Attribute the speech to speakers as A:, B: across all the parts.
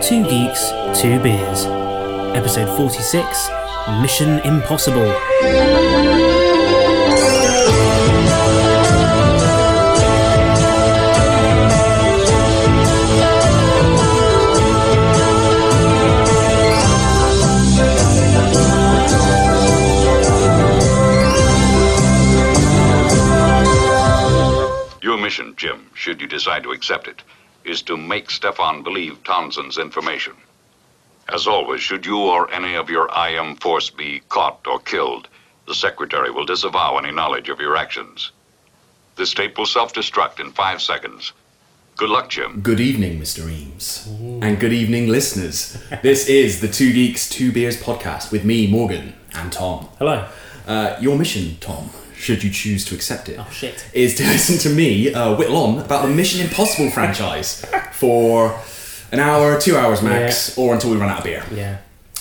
A: Two Geeks, Two Beers. Episode 46 Mission Impossible.
B: Your mission, Jim, should you decide to accept it, is to make Stefan believe Townsend's information. As always, should you or any of your IM force be caught or killed, the Secretary will disavow any knowledge of your actions. This tape will self destruct in five seconds. Good luck, Jim.
C: Good evening, Mr. Eames. And good evening, listeners. this is the Two Geeks, Two Beers podcast with me, Morgan, and Tom.
A: Hello.
C: Uh, your mission, Tom, should you choose to accept it,
A: Oh, shit.
C: is to listen to me uh, whittle on about the Mission Impossible franchise for an hour, two hours max, or until we run out of beer.
A: Yeah.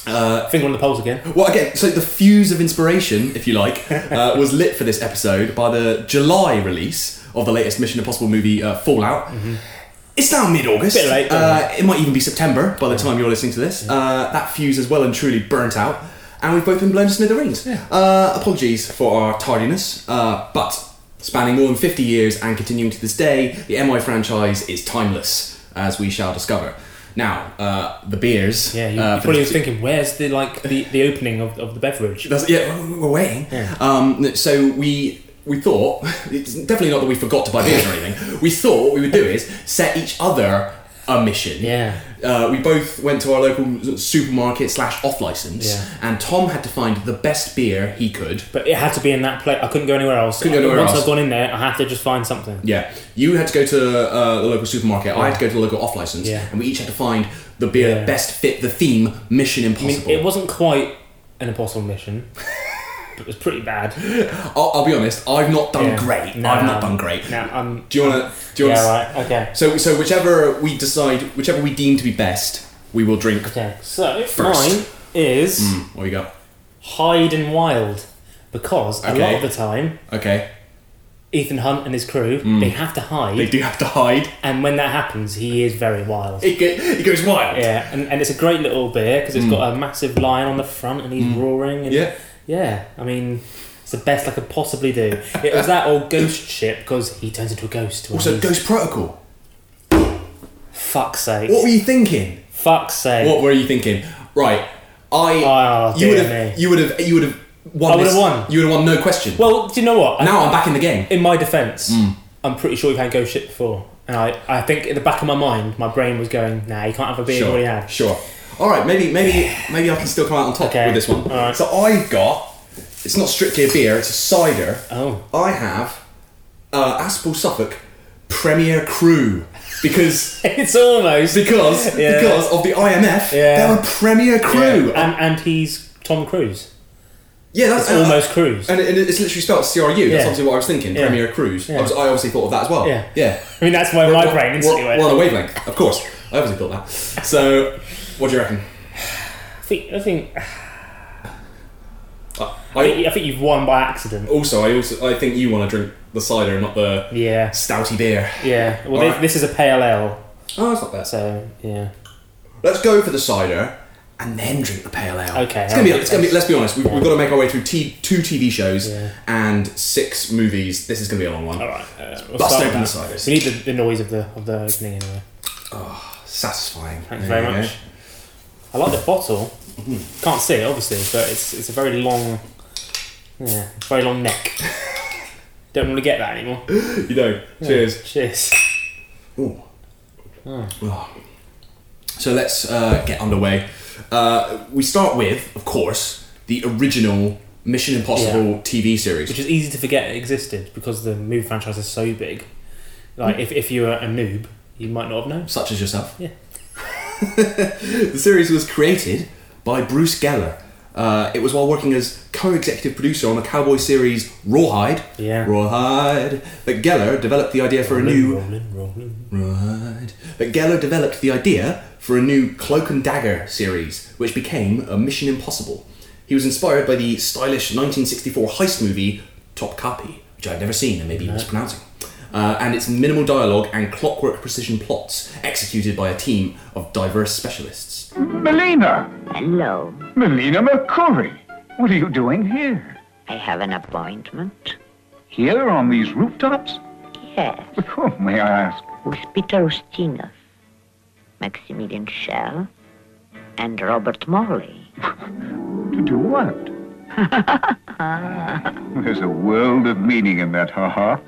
C: Uh,
A: Finger on the pulse again.
C: Well, again, so the fuse of inspiration, if you like, uh, was lit for this episode by the July release of the latest Mission Impossible movie, uh, Fallout. It's now mid-August.
A: Mm-hmm. Bit late, don't
C: uh, it might even be September by the time you're listening to this. Uh, that fuse is well and truly burnt out, and we've both been blown to smithereens. Uh, apologies for our tardiness, uh, but spanning more than 50 years and continuing to this day, the MI franchise is timeless, as we shall discover. Now, uh, the beers.
A: Yeah, you,
C: uh,
A: you're
C: for this
A: probably thinking, where's the like the, the opening of, of the beverage?
C: that's, yeah, we- we're waiting. Um, so we we thought it's definitely not that we forgot to buy beers or anything. We thought what we would do is set each other a mission.
A: Yeah.
C: Uh, we both went to our local supermarket slash off license,
A: Yeah.
C: and Tom had to find the best beer he could.
A: But it had to be in that place. I couldn't go anywhere else.
C: Couldn't go anywhere
A: Once
C: else.
A: I've gone in there, I had to just find something.
C: Yeah, you had to go to uh, the local supermarket. I had to go to the local off license,
A: Yeah.
C: and we each had to find the beer
A: Yeah.
C: that best fit the theme Mission
A: I mean,
C: Impossible.
A: it wasn't quite an impossible mission. but it was pretty bad.
C: I'll, I'll be honest, I've not done
A: Yeah.
C: great.
A: No,
C: I've not
A: no.
C: done great.
A: No, I'm-
C: do you want to? Do you want
A: yeah,
C: to?
A: right. Okay.
C: So, so whichever we decide, whichever we deem to be best, we will drink.
A: Okay. So
C: First. Mm.
A: mine is
C: What we got?
A: hide and wild because a lot
C: Okay.
A: of the time
C: Okay,
A: Ethan Hunt and his crew they have to hide,
C: Hmm. they do have to hide.
A: and when that happens, he is very wild.
C: It, go, it goes wild.
A: yeah, and, and it's a great little beer because it's got a massive lion on the front and he's roaring. And
C: Hmm. Yeah.
A: yeah, I mean, it's the best I could possibly do. It was that old ghost ship because he turns into a ghost. when
C: Also,
A: he's-
C: Ghost Protocol.
A: Fuck's sake!
C: What were you thinking?
A: Fuck's sake!
C: What were you thinking? Right, I.
A: Oh,
C: you would
A: dear
C: have.
A: me.
C: You would have. You would have won.
A: I would
C: this-
A: have won.
C: You would have won. No question.
A: Well, do you know what? I-
C: now Hmm. I'm back in the game.
A: in my defence, I'm pretty sure we've had ghost shit before. And I, I think in the back of my mind, my brain was going, nah, you can't have a beer you already
C: Sure.
A: had.
C: Sure. All right. Maybe. Maybe. Maybe I can still come out on top
A: Okay.
C: with this one.
A: All right.
C: So I've got. It's not strictly a beer. It's a cider.
A: Oh.
C: I have uh, Aspel Suffolk Premier Crew because
A: It's almost.
C: because
A: Yeah.
C: because of the
A: Yeah.
C: IMF they're a Premier Crew. Yeah,
A: And, and he's Tom Cruise.
C: that's uh,
A: It's almost Cruise.
C: And, and it's literally spelled CRU.
A: Yeah.
C: That's obviously what I was thinking.
A: Yeah.
C: Premier Cruise.
A: Yeah.
C: I, was, I obviously thought of that as well.
A: Yeah.
C: Yeah.
A: I mean, that's where my
C: We're-
A: brain instantly
C: we're,
A: went.
C: we're on a wavelength, of course. I obviously thought that. So, what do you reckon?
A: I think, I, think,
C: I,
A: I
C: I
A: think I think you've won by accident.
C: also I also I think you want to drink the cider, not the
A: Yeah.
C: stouty beer.
A: Yeah. Well,
C: All
A: this,
C: right.
A: this is a pale ale,
C: Oh, it's not that.
A: so yeah.
C: Let's go for the cider and then drink the pale ale.
A: Okay,
C: It's gonna be.
A: okay.
C: It's gonna be. Let's be honest. We've, we've got to make our way through t- two TV shows
A: Yeah.
C: and six movies. This is gonna be a long one.
A: All right. Uh, we'll
C: Bust
A: start
C: open
A: with
C: the
A: that.
C: ciders.
A: We need the, the noise of the of the opening anyway.
C: Satisfying.
A: Thanks very
C: There you Mm-hmm.
A: much. I like the bottle. Can't see it obviously, but it's it's a very long, yeah, very long neck. Don't want to get that anymore.
C: go. You know. Cheers.
A: Cheers.
C: Ooh. Oh. So let's uh, get underway. Uh, we start with, of course, the original Mission Impossible TV series.
A: Which is easy to forget it existed because the movie franchise is so big.
C: Hmm.
A: Like if, if you were a noob, you might not have known.
C: such as yourself.
A: Yeah.
C: the series was created by Bruce Geller. Uh, it was while working as co-executive producer on the cowboy series Rawhide.
A: Yeah.
C: Rawhide. That Geller developed the idea for a new
A: rolling, rolling.
C: Rawhide. That Geller developed the idea for a new Cloak and Dagger series, which became a Mission Impossible. He was inspired by the stylish 1964 heist movie Top Copy, which I've never seen and maybe mispronouncing, uh, and its minimal dialogue and clockwork precision plots executed by a team of diverse specialists.
D: Melina!
E: Hello.
D: Melina McCurry! What are you doing here?
E: I have an appointment.
D: Here on these rooftops?
E: Yes,
D: With whom, may I ask?
E: with Peter Ustinov, Maximilian Schell, and Robert Morley.
D: To do what? There's a world of meaning in that, ha ha.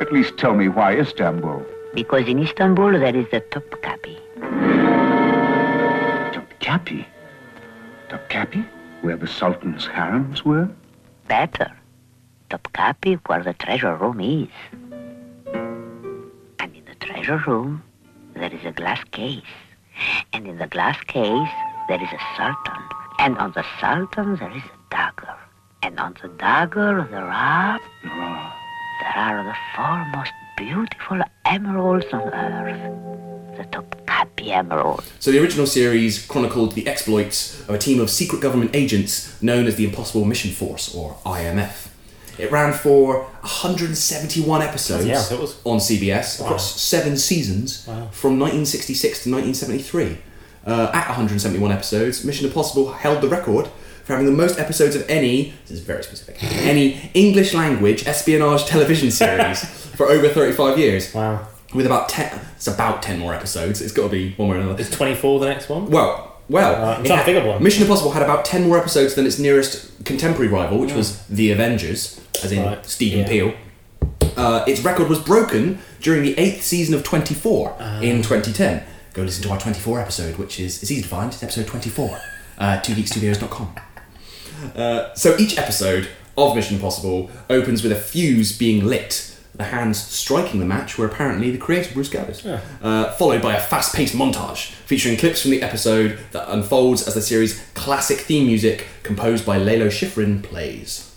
D: At least tell me why Istanbul?
E: Because in Istanbul there is the top copy.
D: Topkapi? Topkapi? Where the Sultan's harems were?
E: Better. Top copy where the treasure room is. And in the treasure room, there is a glass case. And in the glass case, there is a sultan. And on the sultan, there is a dagger. And on the dagger, there are...
D: There are.
E: There are the four most beautiful emeralds on earth. The Topkapi emerald.
C: So the original series chronicled the exploits of a team of secret government agents known as the Impossible Mission Force, or IMF. It ran for 171 episodes
A: Yeah, so it was-
C: on CBS across seven seasons from 1966 to 1973. Uh, at 171 episodes, Mission Impossible held the record for having the most episodes of any, this is very specific, any English language espionage television series for over 35 years.
A: Wow.
C: With about 10, it's about 10 more episodes. It's got to be one way or another.
A: Is 24 the next one?
C: Well, well,
A: Uh, I'm trying
C: it
A: to
C: had-
A: think of one.
C: Mission Impossible had about ten more episodes than its nearest contemporary rival, which was The Avengers, as in
A: Mm. Right,
C: Stephen
A: yeah.
C: Peele. Uh, its record was broken during the eighth season of 24
A: Ah.
C: in 2010. Go listen to our 24 episode, which is it's easy to find. It's episode 24. Uh, twogeeks2beers.com. Uh, so each episode of Mission Impossible opens with a fuse being lit, the hands striking the match were apparently the creator Bruce Gathers, uh, followed by a fast-paced montage featuring clips from the episode that unfolds as the series' classic theme music, composed by Lalo Schifrin, plays.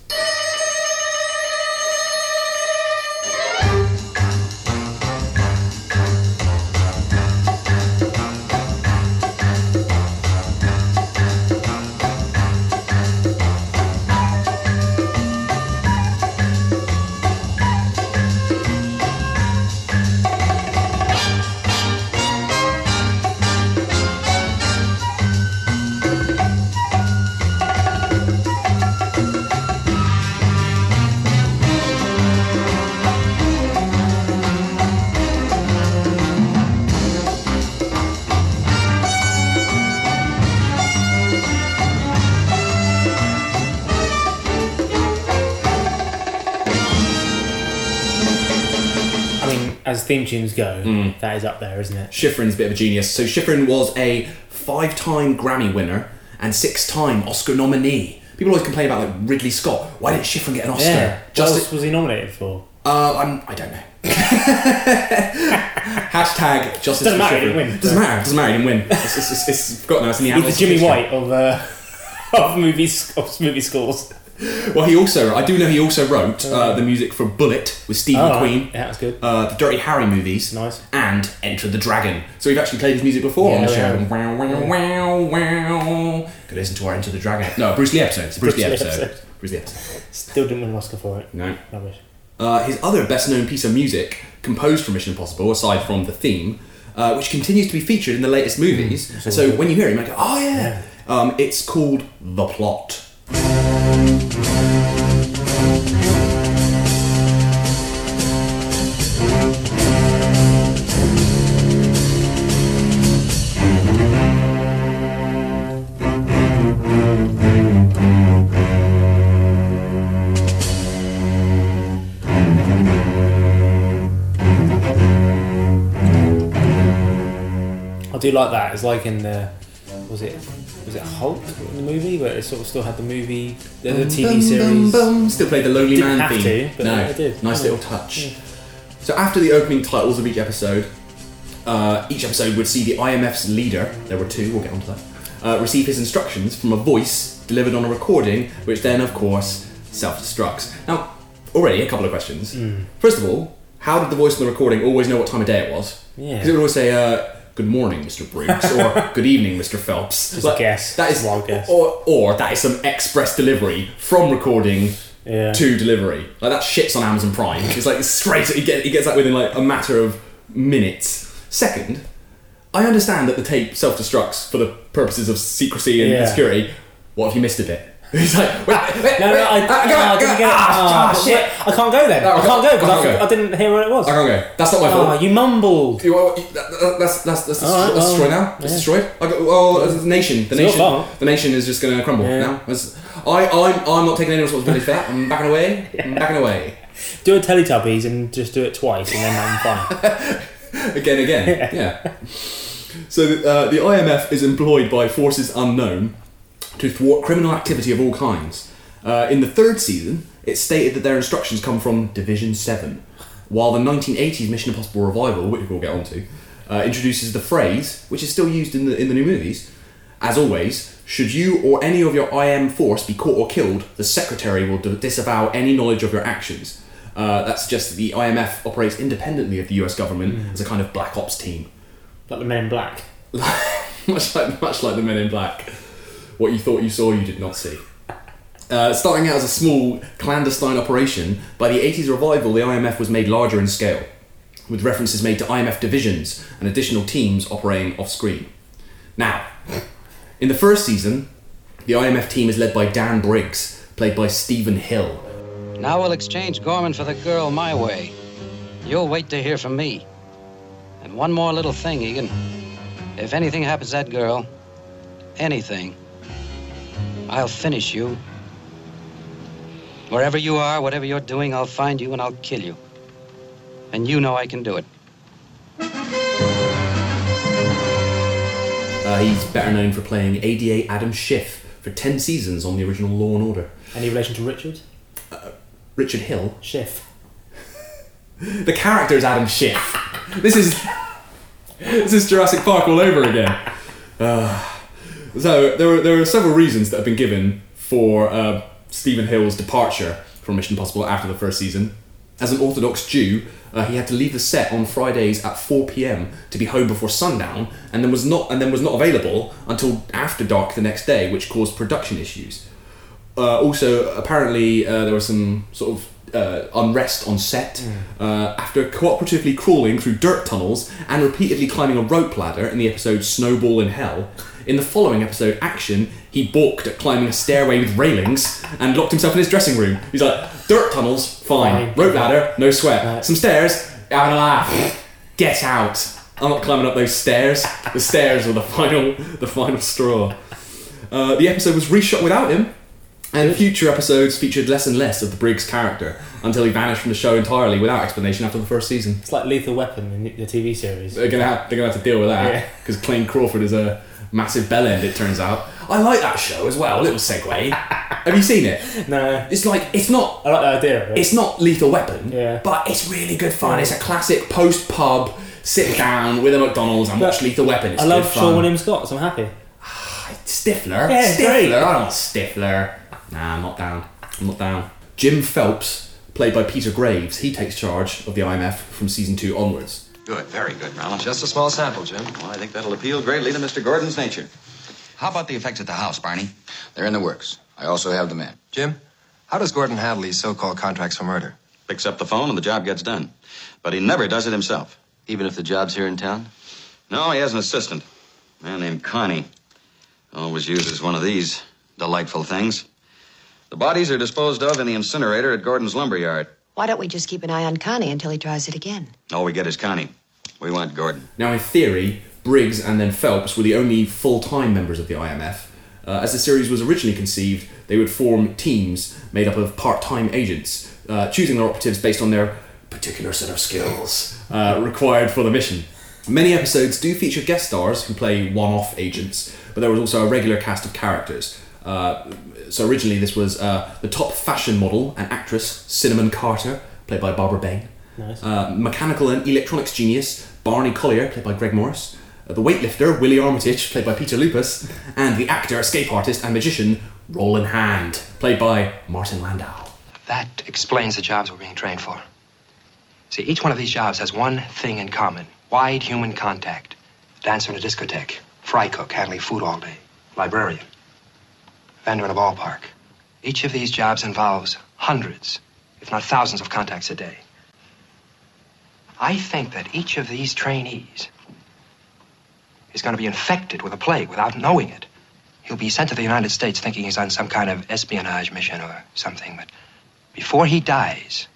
A: I mean, as theme tunes go, that is up there, isn't it?
C: Schifrin's a bit of a genius. So Schifrin was a five-time Grammy winner and six-time Oscar nominee. People always complain about like Ridley Scott. Why didn't Schifrin get an Oscar?
A: Yeah.
C: Just
A: what else was he nominated for?
C: Uh, I'm, I don't know. Hashtag justice
A: Doesn't
C: for
A: matter, he
C: Sheffield.
A: didn't win.
C: Doesn't matter. Doesn't matter. He didn't win. It's, it's, it's, it's forgotten. now, It's in the
A: He's the
C: annals.
A: Jimmy White of uh, of movies of movie scores.
C: Well, he also. I do know he also wrote uh, the music for Bullet with Steve McQueen.
A: Mm. Oh, Yeah, that's good.
C: Uh, the Dirty Harry movies,
A: Nice.
C: and Enter the Dragon. So we've actually played his music before on the
A: Yeah,
C: show.
A: we
C: Wow, wow, wow, wow. Go listen to our Enter the Dragon. No, Bruce Lee episode. It's a Bruce, Lee episode. Bruce Lee episode.
A: Still didn't win an Oscar for it.
C: No.
A: Rubbish.
C: Uh, his other best known piece of music, composed for Mission Impossible, aside from the theme, uh, which continues to be featured in the latest movies. so when you hear it, you might go, oh yeah. Um, it's called The Plot.
A: I do like that. It's like in the was it was it Hulk in the movie where it sort of still had the movie the, the TV
C: Bum, bum,
A: series.
C: bum. Still played the Lonely
A: Didn't
C: Man
A: have
C: theme.
A: to, but
C: no,
A: I did. Oh.
C: Nice
A: Yeah.
C: little touch. So after the opening titles of each episode, uh, each episode would see the IMF's leader. There were two. We'll get onto that. Uh, receive his instructions from a voice delivered on a recording, which then, of course, self-destructs. Now, already a couple of
A: Hmm.
C: questions. First of all, how did the voice on the recording always know what time of day it was?
A: Yeah.
C: Because it would always say, uh, "Good morning, Mr. Briggs," or "Good evening, Mr. Phelps."
A: Just a guess.
C: That is
A: Wild guess.
C: Or, or that is some express delivery from recording
A: Yeah.
C: to delivery. Like that shit's on Amazon Prime. It's like straight. It gets, it gets that within like a matter of minutes. Second, I understand that the tape self-destructs for the purposes of secrecy and
A: Yeah.
C: security. What if you missed a bit? It's like wait, wait,
A: No,
C: wait,
A: no, I,
C: ah,
A: no,
C: go,
A: I
C: go,
A: didn't get it.
C: ah,
A: Ah,
C: ah,
A: shit. I can't go then.
C: No,
A: I can't go
C: I can't
A: because
C: go.
A: I, I didn't hear what it was.
C: I can't go. That's not my fault.
A: Ah, you mumbled.
C: You are, you- that, that, that's that's that's,
A: All right,
C: that's
A: well,
C: destroyed now. It's
A: yeah.
C: destroyed. I got, well, the nation, the
A: your
C: nation,
A: fault.
C: the nation is just going to crumble
A: Yeah.
C: now. It's- I I'm, I'm not taking any responsibility for that. I'm backing away. I'm backing away.
A: Do a Teletubbies and just do it twice, and then I'm fine.
C: Again, again. yeah. So uh, the IMF is employed by forces unknown to thwart criminal activity of all kinds. Uh, in the third season, it's stated that their instructions come from Division 7, while the 1980s Mission Impossible revival, which we'll get onto, uh, introduces the phrase, which is still used in the, in the new movies. As always, should you or any of your IM force be caught or killed, the Secretary will d- disavow any knowledge of your actions. Uh, that suggests that the IMF operates independently of the US government as a kind of black ops team
A: like the Men in Black.
C: much like much like the Men in Black. What you thought you saw, you did not see. Uh, starting out as a small clandestine operation, by the 80s revival, the IMF was made larger in scale, with references made to IMF divisions and additional teams operating off screen. Now, in the first season, the IMF team is led by Dan Briggs, played by Stephen Hill,
F: Now we'll exchange Gorman for the girl my way. You'll wait to hear from me. And one more little thing, Egan. If anything happens to that girl, anything, I'll finish you. Wherever you are, whatever you're doing, I'll find you and I'll kill you. And you know I can do it.
C: Uh, he's better known for playing ADA Adam Schiff for 10 seasons on the original Law and Order.
A: Any relation to Richard?
C: Richard Hill
A: Schiff.
C: The character is Adam Schiff. This is this is Jurassic Park all over again. Ah. so there were there are several reasons that have been given for uh, Stephen Hill's departure from Mission Impossible after the first season. As an Orthodox Jew, uh, he had to leave the set on Fridays at 4 p.m. to be home before sundown, and then was not and then was not available until after dark the next day, which caused production issues uh, also apparently uh, there was some sort of uh, unrest on set uh, after cooperatively crawling through dirt tunnels and repeatedly climbing a rope ladder in the episode Snowball in Hell. In the following episode, Action, he balked at climbing a stairway with railings and locked himself in his dressing room. He's like, dirt tunnels, fine.
A: Fine.
C: Rope ladder, no sweat. Some stairs, having a laugh. Get out. I'm not climbing up those stairs. The stairs were the final, the final straw. Uh, the episode was reshot without him, and future episodes featured less and less of the Briggs character until he vanished from the show entirely without explanation after the first season.
A: It's like Lethal Weapon in the TV series.
C: They're gonna have, they're gonna have to deal with
A: Yeah.
C: that because Clayne Crawford is a massive bell end. It turns out. I like that show as well. Little segue. have you seen it?
A: No,
C: It's like it's not
A: I like the idea of it.
C: it's not Lethal Weapon,
A: Yeah.
C: but it's really good fun. It's a classic post pub sit down with a McDonald's and watch
A: But
C: Lethal Weapon. It's
A: I
C: good
A: love
C: fun.
A: Sean William Scott, so I'm happy.
C: Stifler?
A: Yeah,
C: Stifler?
A: it's great.
C: I don't want Stifler. Nah, I'm not down. I'm not down. Jim Phelps, played by Peter Graves, he takes charge of the IMF from season two onwards.
G: Good, very good, Rollins. Just a small sample, Jim. Well, I think that'll appeal greatly to Mr. Gordon's nature. How about the effects at the house, Barney?
H: They're in the works. I also have the men.
G: Jim, how does Gordon handle these so-called contracts for murder?
H: Picks up the phone and the job gets done. But he never does it himself.
G: Even if the job's here in town?
H: No, he has an assistant. A man named Connie. Always uses one of these delightful things. The bodies are disposed of in the incinerator at Gordon's lumber yard.
I: Why don't we just keep an eye on Connie until he tries it again?
H: All we get is Connie. We want Gordon.
C: Now, in theory, Briggs and then Phelps were the only full time members of the IMF. Uh, as the series was originally conceived, they would form teams made up of part time agents, uh, choosing their operatives based on their particular set of skills uh, required for the mission. Many episodes do feature guest stars who play one off agents, but there was also a regular cast of characters. Uh, so originally, this was uh, the top fashion model and actress Cinnamon Carter, played by Barbara Bain. Uh, mechanical and electronics genius Barney Collier, played by Greg Morris. Uh, the weightlifter Willie Armitage, played by Peter Lupus. And the actor, escape artist, and magician Roland Hand, played by Martin Landau.
F: That explains the jobs we're being trained for. See, each one of these jobs has one thing in common wide human contact.
J: Dancer in a discotheque. Fry cook, handling food all day. Librarian. Vendor in a ballpark. Each of these jobs involves hundreds, if not thousands, of contacts a day. I think that each of these trainees is going to be infected with a plague without knowing it. He'll be sent to the United States thinking he's on some kind of espionage mission or something, but before he dies,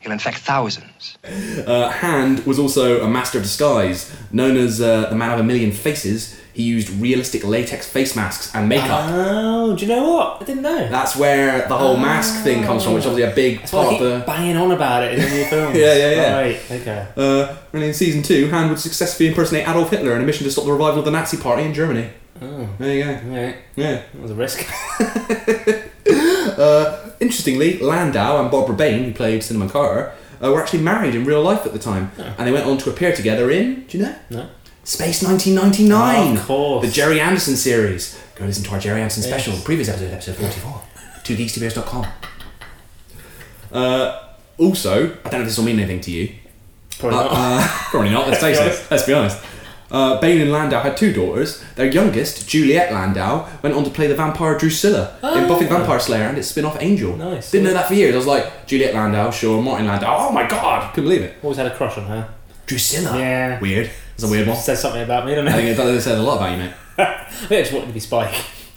J: he'll infect thousands.
C: Uh, Hand was also a master of disguise, known as uh, the man of a million faces. He used realistic latex face masks and makeup.
A: Oh, do you know what? I didn't know.
C: That's where the whole mask thing comes from, which is obviously a big
A: That's why I
C: part of
A: keep
C: the.
A: banging on about it in the new films.
C: Yeah, yeah, yeah.
A: Right, okay.
C: Uh, and in season two, Hand would successfully impersonate Adolf Hitler in a mission to stop the revival of the Nazi Party in Germany.
A: Oh,
C: There you go.
A: right.
C: Yeah.
A: That was a risk.
C: Interestingly, Landau and Barbara Bain, who played Cinnamon Carter, uh, were actually married in real life at the time, and they went on to appear together in. Do you know?
A: No.
C: Space 1999.
A: Oh, of course.
C: The Jerry Anderson series. Go listen to our Jerry Anderson
A: Yes.
C: special, previous episode, episode 44. to these2bears.com. Uh, also, I don't know if this will mean anything to you.
A: Probably not.
C: Uh, probably not, let's face
A: be
C: it. Let's be honest. Uh, Bane and Landau had two daughters. Their youngest, Juliet Landau, went on to play the vampire Drusilla in Buffy the Vampire Slayer and its spin off Angel.
A: Nice.
C: Didn't know that for years. I was like, Juliet Landau, sure, Martin Landau. Oh my god! Couldn't believe it.
A: Always had a crush on her.
C: Drusilla.
A: Yeah.
C: Weird. It's a weird one.
A: Says something about me, doesn't
C: I think
A: it?
C: it does- it says a lot about you, mate.
A: I just wanted to be Spike.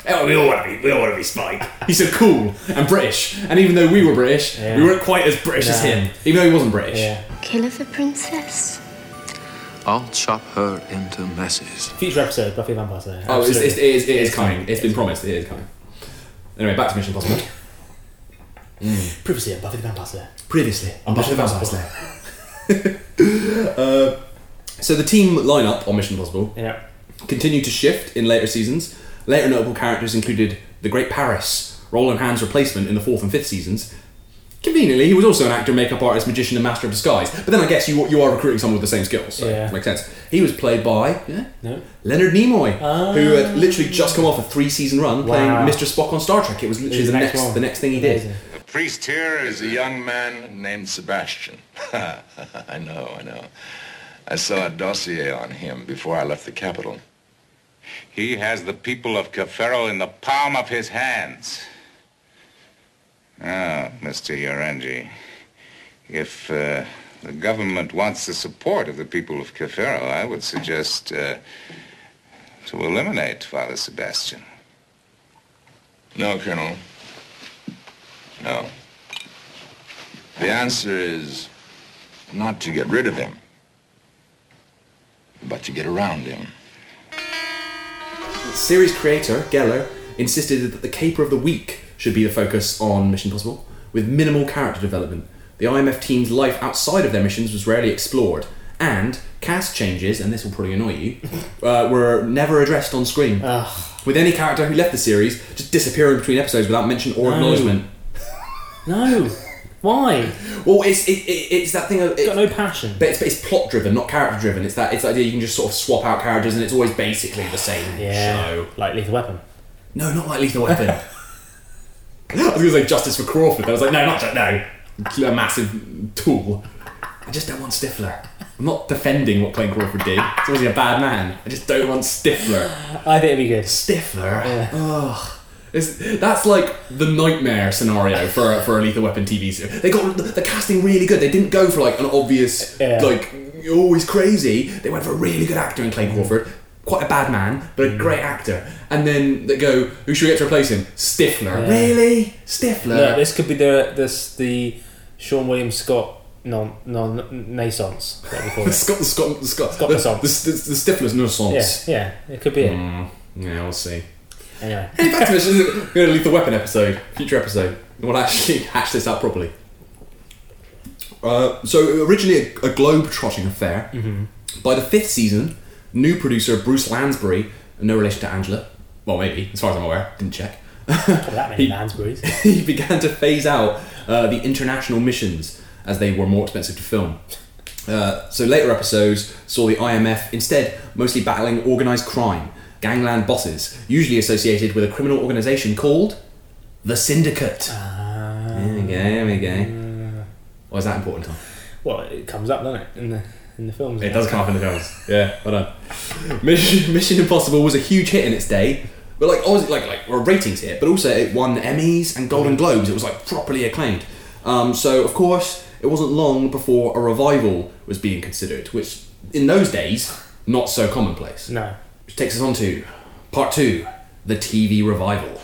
C: Oh, we all want to be. We all want to be Spike. He's so cool and British. And even though we were British,
A: Yeah.
C: we weren't quite as British as
A: No.
C: him. Even though he wasn't British.
A: Yeah.
E: Kill the princess.
K: I'll chop her into messes.
A: Future episode, Buffy the Vampire Slayer.
C: Oh, it's, it's,
A: Absolutely.
C: it is, it is coming. It's been promised. It is coming. Anyway, back to Mission Impossible.
A: Previously on Buffy the Vampire Slayer.
C: Previously, on Mission
A: Buffy the
C: Impossible. uh, so the team lineup on Mission Impossible
A: Yeah.
C: continued to shift in later seasons. Later notable characters included the Great Paris, Roland Hand's replacement in the fourth and fifth seasons. Conveniently, he was also an actor, makeup artist, magician, and master of disguise. But then I guess you you are recruiting someone with the same skills, so
A: Yeah.
C: makes sense. He was played by yeah,
A: No.
C: Leonard Nimoy, who had literally just come off a three-season run playing
D: Ah. Wow.
C: Mr. Spock on Star Trek. It was literally
D: He's
C: the
D: the
C: next,
D: next one.
C: the next thing he did.
D: Amazing. The priest here is a young man named Sebastian. I know, I know. I saw a dossier on him before I left the capital. He has the people of Cafaro in the palm of his hands. Ah, Mr. Yorenji, if uh, the government wants the support of the people of Cafaro, I would suggest uh, to eliminate Father Sebastian. No, Colonel. No. The answer is not to get rid of him, but to get around him.
C: Series creator Geller insisted that the caper of the week should be the focus on Mission Possible, with minimal character development. The IMF team's life outside of their missions was rarely explored, and cast changes, and this will probably annoy you, uh, were never addressed on screen. With any character who left the series just disappearing between episodes without mention or
A: No.
C: acknowledgement.
A: No. Why?
C: Well, it's it, it, it's that thing of it's
A: got no passion.
C: But it's, but it's plot driven, not character driven. It's that it's the idea you can just sort of swap out characters, and it's always basically the same
A: Yeah.
C: show.
A: Like Lethal Weapon.
C: No, not like Lethal Weapon. I was going to say Justice for Crawford. I was like, no, not that. No, It's a massive tool. I just don't want Stifler. I'm not defending what Clayton Crawford did. He's obviously a bad man. I just don't want Stifler.
A: I think it'd be good.
C: Stifler. Ugh. It's- that's like the nightmare scenario for a, for a Lethal Weapon TV series. They got the, the casting really good. They didn't go for like an obvious
A: Yeah.
C: like oh he's crazy. They went for a really good actor in Clay Crawford, quite a bad man but a great actor. And then they go who should we get to replace him?
A: Yeah.
C: Stifler. Really? Stifler.
A: Look, this could be the this the Sean William Scott non non naissance. What we call
C: the
A: it.
C: Scott, the Scott, the Scott,
A: Scott
C: the,
A: Besson.
C: the, the, the Stifler's
A: Yeah,
C: nuisance.
A: yeah, it could be it.
C: Hmm. Yeah, we'll see.
A: Anyway,
C: Hey, back to this. This is going to leave the weapon episode, future episode. We'll actually hash this out properly. Uh, so originally a, a globe-trotting affair. By the fifth season, new producer Bruce Lansbury, no relation to Angela, well maybe as far as I'm aware, didn't check.
A: probably that many Uh, Lansbury's.
C: he began to phase out uh, the international missions as they were more expensive to film. Uh, so later episodes saw the IMF instead mostly battling organised crime, gangland bosses, usually associated with a criminal organisation called the Syndicate. There we go, there we go. Why is that important, Tom?
A: Well, it comes up, doesn't it? In the in the films.
C: It does come up in the films. Yeah, well done. Mission, Mission Impossible was a huge hit in its day, but like obviously like like or a ratings hit, but also it won Emmys and Golden Globes. It was like properly acclaimed. Um, so of course it wasn't long before a revival was being considered, which in those days not so commonplace.
A: No.
C: Which takes us on to part two: the TV revival.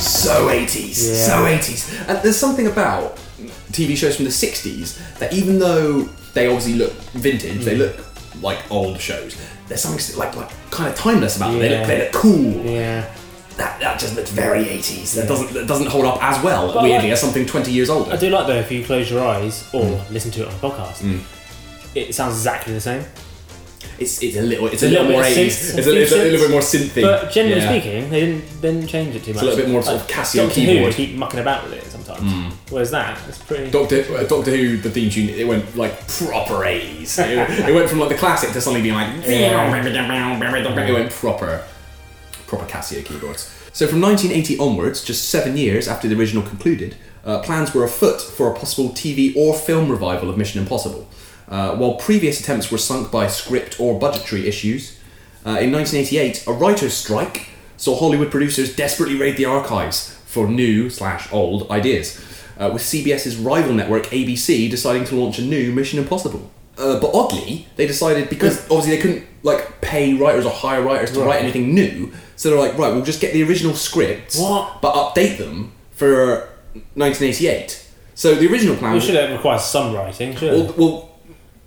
C: so 80s
L: Yeah.
C: so 80s and there's something about tv shows from the 60s that even though they obviously look vintage they
L: Mm.
C: look like old shows there's something like like kind of timeless about them they
A: Yeah.
C: look they look cool
A: yeah
C: that, that just looks very 80s that
A: Yeah.
C: doesn't that doesn't hold up as well
A: But
C: weirdly
A: like-
C: as something 20 years older
A: I do like though if you close your eyes or
C: Mm.
A: listen to it on a podcast,
C: Mm.
A: it sounds exactly the same.
C: It's it's a little it's a little more 80s. It's a- it's a little bit more synthy.
A: But generally
C: Yeah.
A: speaking, they didn't they didn't change it too
C: It's
A: much.
C: a little bit more sort of Casio
A: Doctor
C: keyboard.
A: Who keep mucking about with it sometimes.
C: Mm.
A: Whereas that, it's pretty.
C: Doctor uh, Doctor Who, the theme tune, it went like proper 80s. It, it went from like the classic to suddenly being like,
A: Yeah.
C: it went proper, proper Casio keyboards. So from 1980 onwards, just seven years after the original concluded, uh, plans were afoot for a possible TV or film revival of Mission Impossible. Uh, while previous attempts were sunk by script or budgetary issues, uh, in 1988, a writer's strike saw Hollywood producers desperately raid the archives for new slash old ideas, uh, with CBS's rival network ABC deciding to launch a new Mission Impossible. Uh, but oddly, they decided because obviously they couldn't like pay writers or hire writers to
L: Right.
C: write anything new, so they're like, right, we'll just get the original scripts, but update them for 1988. So the original plan
A: Well,
C: was
A: should it require some writing? Should
C: well, well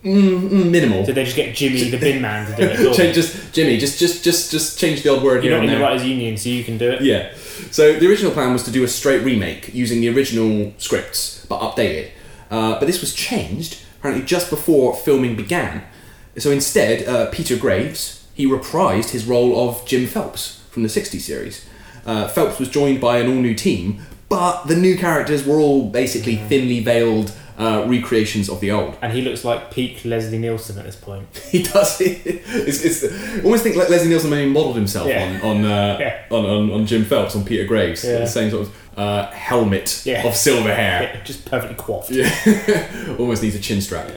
C: mm, mm, minimal.
A: Did they just get Jimmy the bin man to do it?
C: change just Jimmy, just just just just change the odd word
A: You're
C: here
A: not in
C: and
A: the
C: there.
A: writers' union, so you can do it.
C: Yeah. So the original plan was to do a straight remake using the original scripts but updated. Uh, but this was changed apparently just before filming began. So instead, uh, Peter Graves he reprised his role of Jim Phelps from the '60s series. Uh, Phelps was joined by an all-new team, but the new characters were all basically thinly veiled uh, recreations of the old.
A: And he looks like peak Leslie Nielsen at this point.
C: He does. it's, it's almost think like Leslie Nielsen maybe modelled himself
A: Yeah.
C: on on, uh, on on on Jim Phelps on Peter Graves,
A: Yeah.
C: the same sort of uh, helmet
A: Yeah.
C: of silver hair.
A: Yeah, just perfectly coiffed.
C: almost needs a chin strap.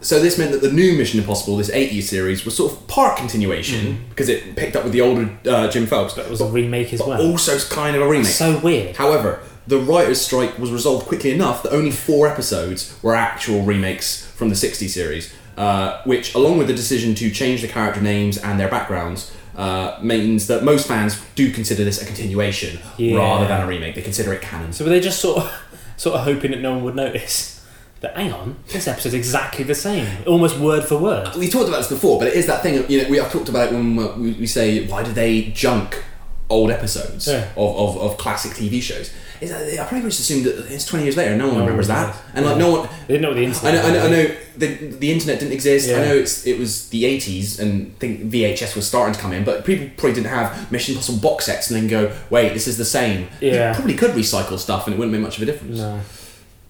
C: So this meant that the new Mission Impossible, this 80s series, was sort of part continuation
A: Mm-hmm.
C: because it picked up with the older uh, Jim Phelps. But it was
A: a remake as well.
C: Also, it's kind of a remake.
A: So weird.
C: However, the writers' strike was resolved quickly enough that only four episodes were actual remakes from the 60s series, uh, which, along with the decision to change the character names and their backgrounds, uh, means that most fans do consider this a continuation
A: Yeah.
C: rather than a remake. They consider it canon.
A: So were they just sort of, sort of hoping that no one would notice? That hang on, this episode's exactly the same, almost word for word.
C: we talked about this before, but it is that thing. Of, you know, we have talked about it when we, we say, "Why do they junk old episodes
A: Yeah.
C: of, of, of classic TV shows?" Is that, I pretty much assumed that it's twenty years later, no one remembers that, and like no one.
A: They didn't know what the
C: I know,
A: internet.
C: I know, I
A: was.
C: know the, the internet didn't exist. I
A: Yeah.
C: know it's it was the eighties, and I think VHS was starting to come in, but people probably didn't have Mission Impossible box sets, and then go, "Wait, this is the same."
A: Yeah.
C: you probably could recycle stuff, and it wouldn't make much of a difference.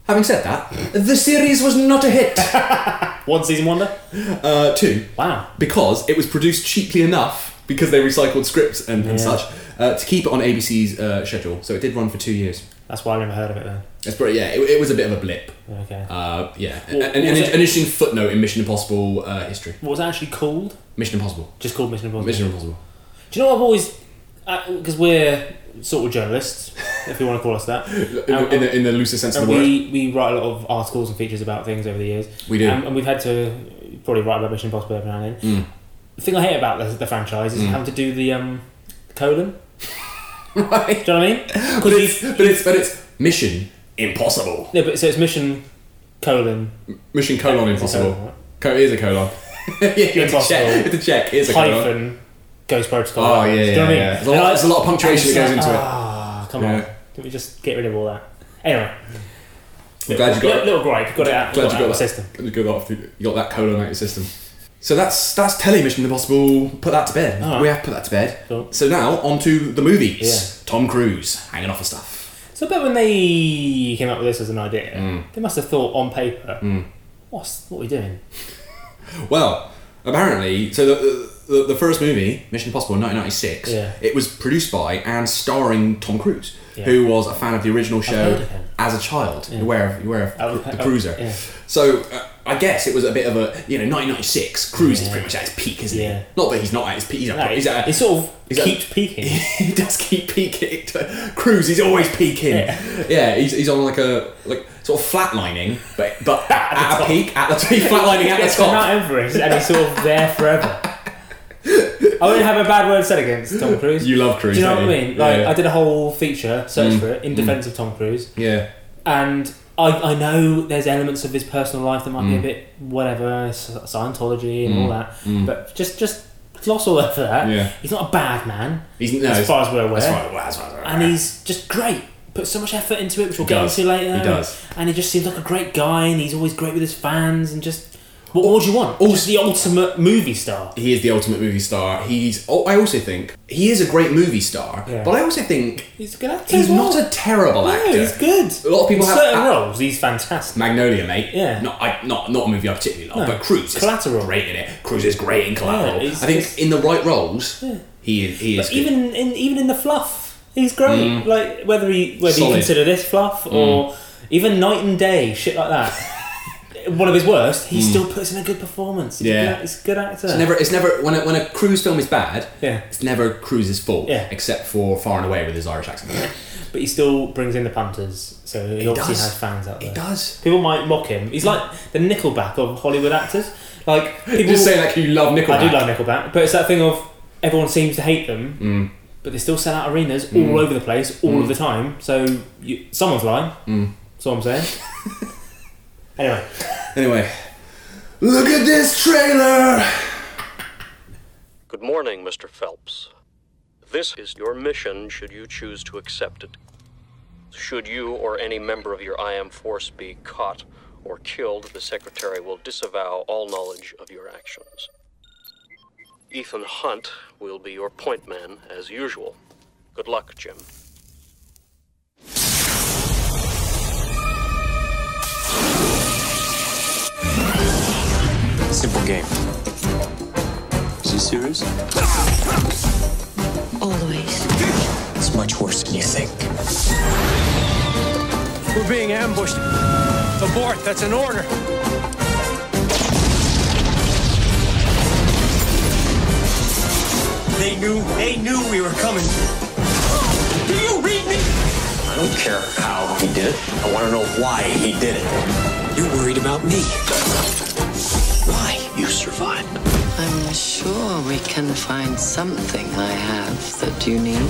C: Having said that, the series was not a hit.
A: One season wonder?
C: Uh, two.
A: Wow.
C: Because it was produced cheaply enough because they recycled scripts and, and
A: Yeah.
C: such uh, to keep it on ABC's uh, schedule. So it did run for two years.
A: That's why I never heard of it then.
C: It's pretty, yeah, it, it was a bit of a blip.
A: Okay.
C: Uh, yeah.
A: Well,
C: an, an,
A: was
C: an
A: it-
C: interesting footnote in Mission Impossible uh, history.
A: What was it actually called?
C: Mission Impossible.
A: Just called Mission Impossible.
C: Mission Impossible.
A: Do you know what I've always. Because we're sort of journalists, if you want to call us that.
C: In, the- in the, in the loosest sense of
A: And
C: the word.
A: we, we write a lot of articles and features about things over the years.
C: We do.
A: Um, and we've had to probably write about Mission Impossible every now and then.
C: Mm.
A: The thing I hate about the, the franchise is
C: Mm.
A: having to do the um, colon. right. Do you know what I mean? But it's,
C: but it's but it's Mission Impossible.
A: No, but so it's Mission colon.
C: Mission colon
A: It's a colon,
C: Impossible. Co- it is a colon. yeah, you have to check.
A: Impossible.
C: You have to check. It is a colon.
A: hyphen Ghost Protocol.
C: Oh, yeah,
A: Do you
C: yeah,
A: know what I mean?
C: yeah. There's a lot-
A: And I-
C: there's a lot of punctuation
A: and
C: that goes
A: it's
C: into it.
A: Ah, come on.
C: Yeah.
A: Can we just get rid of all that? Anyway.
C: I'm glad you got
A: little, little gripe. Got it out. got
C: Glad you
A: it out of
C: got
A: the
C: that.
A: system.
C: You got that. off the- You got that colon out of your system. So that's that's telly Mission Impossible. Put that to bed.
A: Alright.
C: We have put that to bed.
A: Cool.
C: So now on to the movies. Tom Cruise hanging off of stuff.
A: So I bet when they came up with this as an idea,
C: Mm.
A: they must have thought on paper,
C: Mm.
A: what's what are we doing?
C: Well, apparently, so the, the, the first movie, Mission Impossible, 1996,
A: Yeah.
C: it was produced by and starring Tom Cruise,
A: Yeah.
C: who was a fan of the original show
A: heard of him.
C: as a child. You're aware of, you're aware of
A: Oh,
C: Cru- the
A: oh,
C: Cruiser.
A: yeah.
C: So uh, I guess it was a bit of a, you know, 1996, Cruise is
A: Yeah.
C: pretty much at his peak, isn't
A: Yeah.
C: he? Not that he's not at his peak. He's at,
A: No,
C: he's at,
A: it sort of
C: he's at-
A: keeps peaking.
C: he does keep peaking. Cruise, he's always peaking.
A: Yeah.
C: Yeah, he's, he's on like a like sort of flatlining, but but at,
A: the
C: a
A: top.
C: peak at the top, he's flatlining at the
A: It's Mount
C: top.
A: Everest, and he's sort of there forever. I wouldn't have a bad word said against Tom Cruise.
C: You love Cruise,
A: Do you know
C: don't
A: what I
C: you?
A: mean? Like
C: Yeah.
A: I did a whole feature search
C: Mm.
A: for it in
C: Mm.
A: defense of Tom Cruise,
C: Yeah,
A: and I, I know there's elements of his personal life that might
C: Mm.
A: be a bit whatever S- Scientology and
C: Mm.
A: all that,
C: Mm.
A: but just just gloss all over that.
C: Yeah.
A: He's not a bad man.
C: He's- no,
A: as
C: he's-
A: far as we're aware.
C: as far- well, as far as we're
A: and
C: aware.
A: he's just great. Puts so much effort into it, which we'll
C: He
A: get
C: does.
A: into later.
C: He does.
A: And he just seems like a great guy, and he's always great with his fans, and just what more do you want? Just the ultimate movie star.
C: he is the ultimate movie star. He's. Oh, I also think he is a great movie star,
A: Yeah.
C: but I also think
A: He's a uh, good actor.
C: he's
A: as well.
C: not a terrible
A: No,
C: actor.
A: he's good.
C: A lot of people
A: In
C: have
A: certain
C: a-
A: roles. He's fantastic.
C: Magnolia, mate.
A: Yeah.
C: Not I, not not a movie I particularly love,
A: No.
C: but Cruise is
A: Collateral.
C: great in it. Cruise is great in Collateral.
A: Yeah,
C: I
A: he's-
C: think in the right roles,
A: Yeah.
C: he is. He is
A: But
C: good.
A: even in even in the fluff, he's great.
C: Mm.
A: Like whether he whether you
C: Solid. Mm.
A: consider this fluff or even night and day shit like that. One of his worst, he
C: Mm.
A: still puts in a good performance. He's a
C: Yeah.
A: good act- he's a good actor.
C: It's never. It's never when a, when a cruise film is bad.
A: Yeah.
C: It's never Cruise's fault.
A: Yeah.
C: Except for Far and Away with his Irish accent.
A: but he still brings in the punters, so he, obviously
C: does.
A: has fans out there.
C: He does.
A: People might mock him. He's like the Nickelback of Hollywood actors. Like people
C: just say like you love Nickelback.
A: I do love Nickelback, but it's that thing of everyone seems to hate them,
C: Mm.
A: but they still sell out arenas
C: Mm.
A: all over the place, all
C: Mm.
A: of the time. So you, someone's lying.
C: Mm.
A: That's what I'm saying. anyway,
C: Anyway, look at this trailer.
L: Good morning, Mr. Phelps. This is your mission should you choose to accept it. Should you or any member of your IM force be caught or killed, the Secretary will disavow all knowledge of your actions. Ethan Hunt will be your point man as usual. Good luck, Jim.
M: Simple game. Is he serious?
I: Always.
M: It's much worse than you think. We're being ambushed. Abort, that's an order. They knew, they knew we were coming. Do you read me? I don't care how he did it. I want to know why he did it. You're worried about me. Why you survived.
N: I'm sure we can find something I have that you need.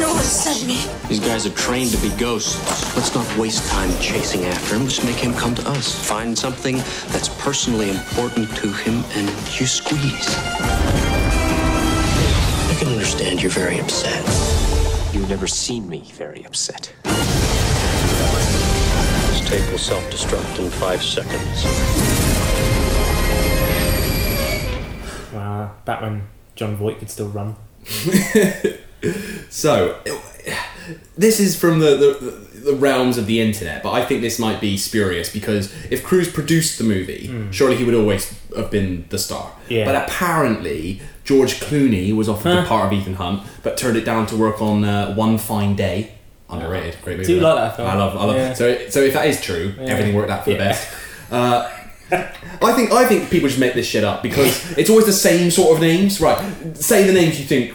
E: No one sent me.
M: These guys are trained to be ghosts. Let's not waste time chasing after him. Let's make him come to us. Find something that's personally important to him and you squeeze. I can understand you're very upset. You've never seen me very upset.
L: This tape will self destruct in five seconds.
A: wow, back when John Voight could still run.
C: So, this is from the, the the realms of the internet, but I think this might be spurious because if Cruise produced the movie,
A: Hmm.
C: surely he would always have been the star.
A: Yeah.
C: But apparently, George Clooney was offered
A: Huh.
C: the part of Ethan Hunt, but turned it down to work on uh, One Fine Day. Underrated, great
A: Do
C: movie.
A: you like that film?
C: I love, I love.
A: Yeah.
C: So, so if that is true,
A: Yeah.
C: everything worked out for the
A: Yeah.
C: best. Uh, I think I think people just make this shit up because it's always the same sort of names, right? Say the names you think,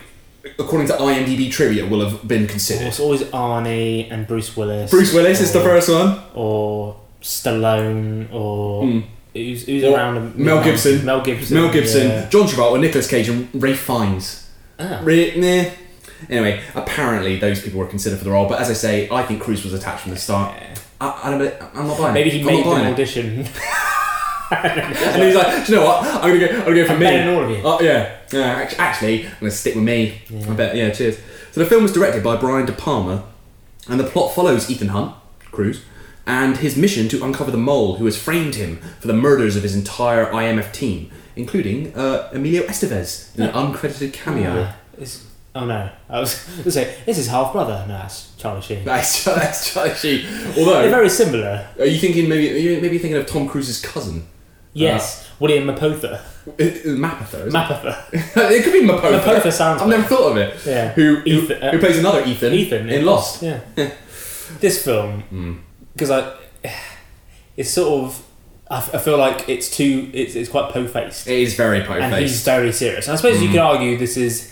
C: according to IMDb trivia, will have been considered.
A: It's always Arnie and Bruce Willis.
C: Bruce Willis is the
A: or-
C: first one.
A: Or Stallone, or
C: Mm.
A: who's, who's
C: Or
A: around?
C: Mel Gibson.
A: Mel Gibson.
C: Mel Gibson.
A: yeah.
C: John Travolta. Nicolas Cage. And Ray Fiennes.
A: Ah.
C: Ray, nah. Anyway, apparently those people were considered for the role, but as I say, I think Cruz was attached from the start. I, am not buying. it.
A: Maybe he
C: I'm
A: made
C: not buying
A: them
C: it.
A: audition.
C: and he's like, "Do you know what? I'm gonna go. I'm gonna go for
A: I'm
C: me.
A: better than all of you.
C: Oh yeah, yeah. act- Actually, I'm gonna stick with me. I bet. Yeah. Cheers. So the film was directed by Brian De Palma, and the plot follows Ethan Hunt, Cruz, and his mission to uncover the mole who has framed him for the murders of his entire IMF team, including uh, Emilio Estevez in an uncredited cameo.
A: It's Oh no, I was going to say this is half brother. No, that's Charlie Sheen.
C: That's, that's Charlie Sheen. Although
A: they're very similar.
C: Are you thinking maybe? Are you maybe thinking of Tom Cruise's cousin? Uh,
A: Yes,
C: Ah.
A: William Mapotha.
C: It- it- Mapotha. is it?
A: Mapotha.
C: it could be Mapotha.
A: Mapotha sounds
C: I've never thought of it.
A: Yeah.
C: Who who,
A: Ethan- uh,
C: who plays another Ethan?
A: Ethan
C: in Lost. Hmm.
A: Yeah. this film, because I, it's sort of, I, f- I feel like it's too, it's, it's quite po-faced.
C: It is very
A: and he's
C: po-faced.
A: very serious. And I suppose you
C: Mm.
A: could argue this is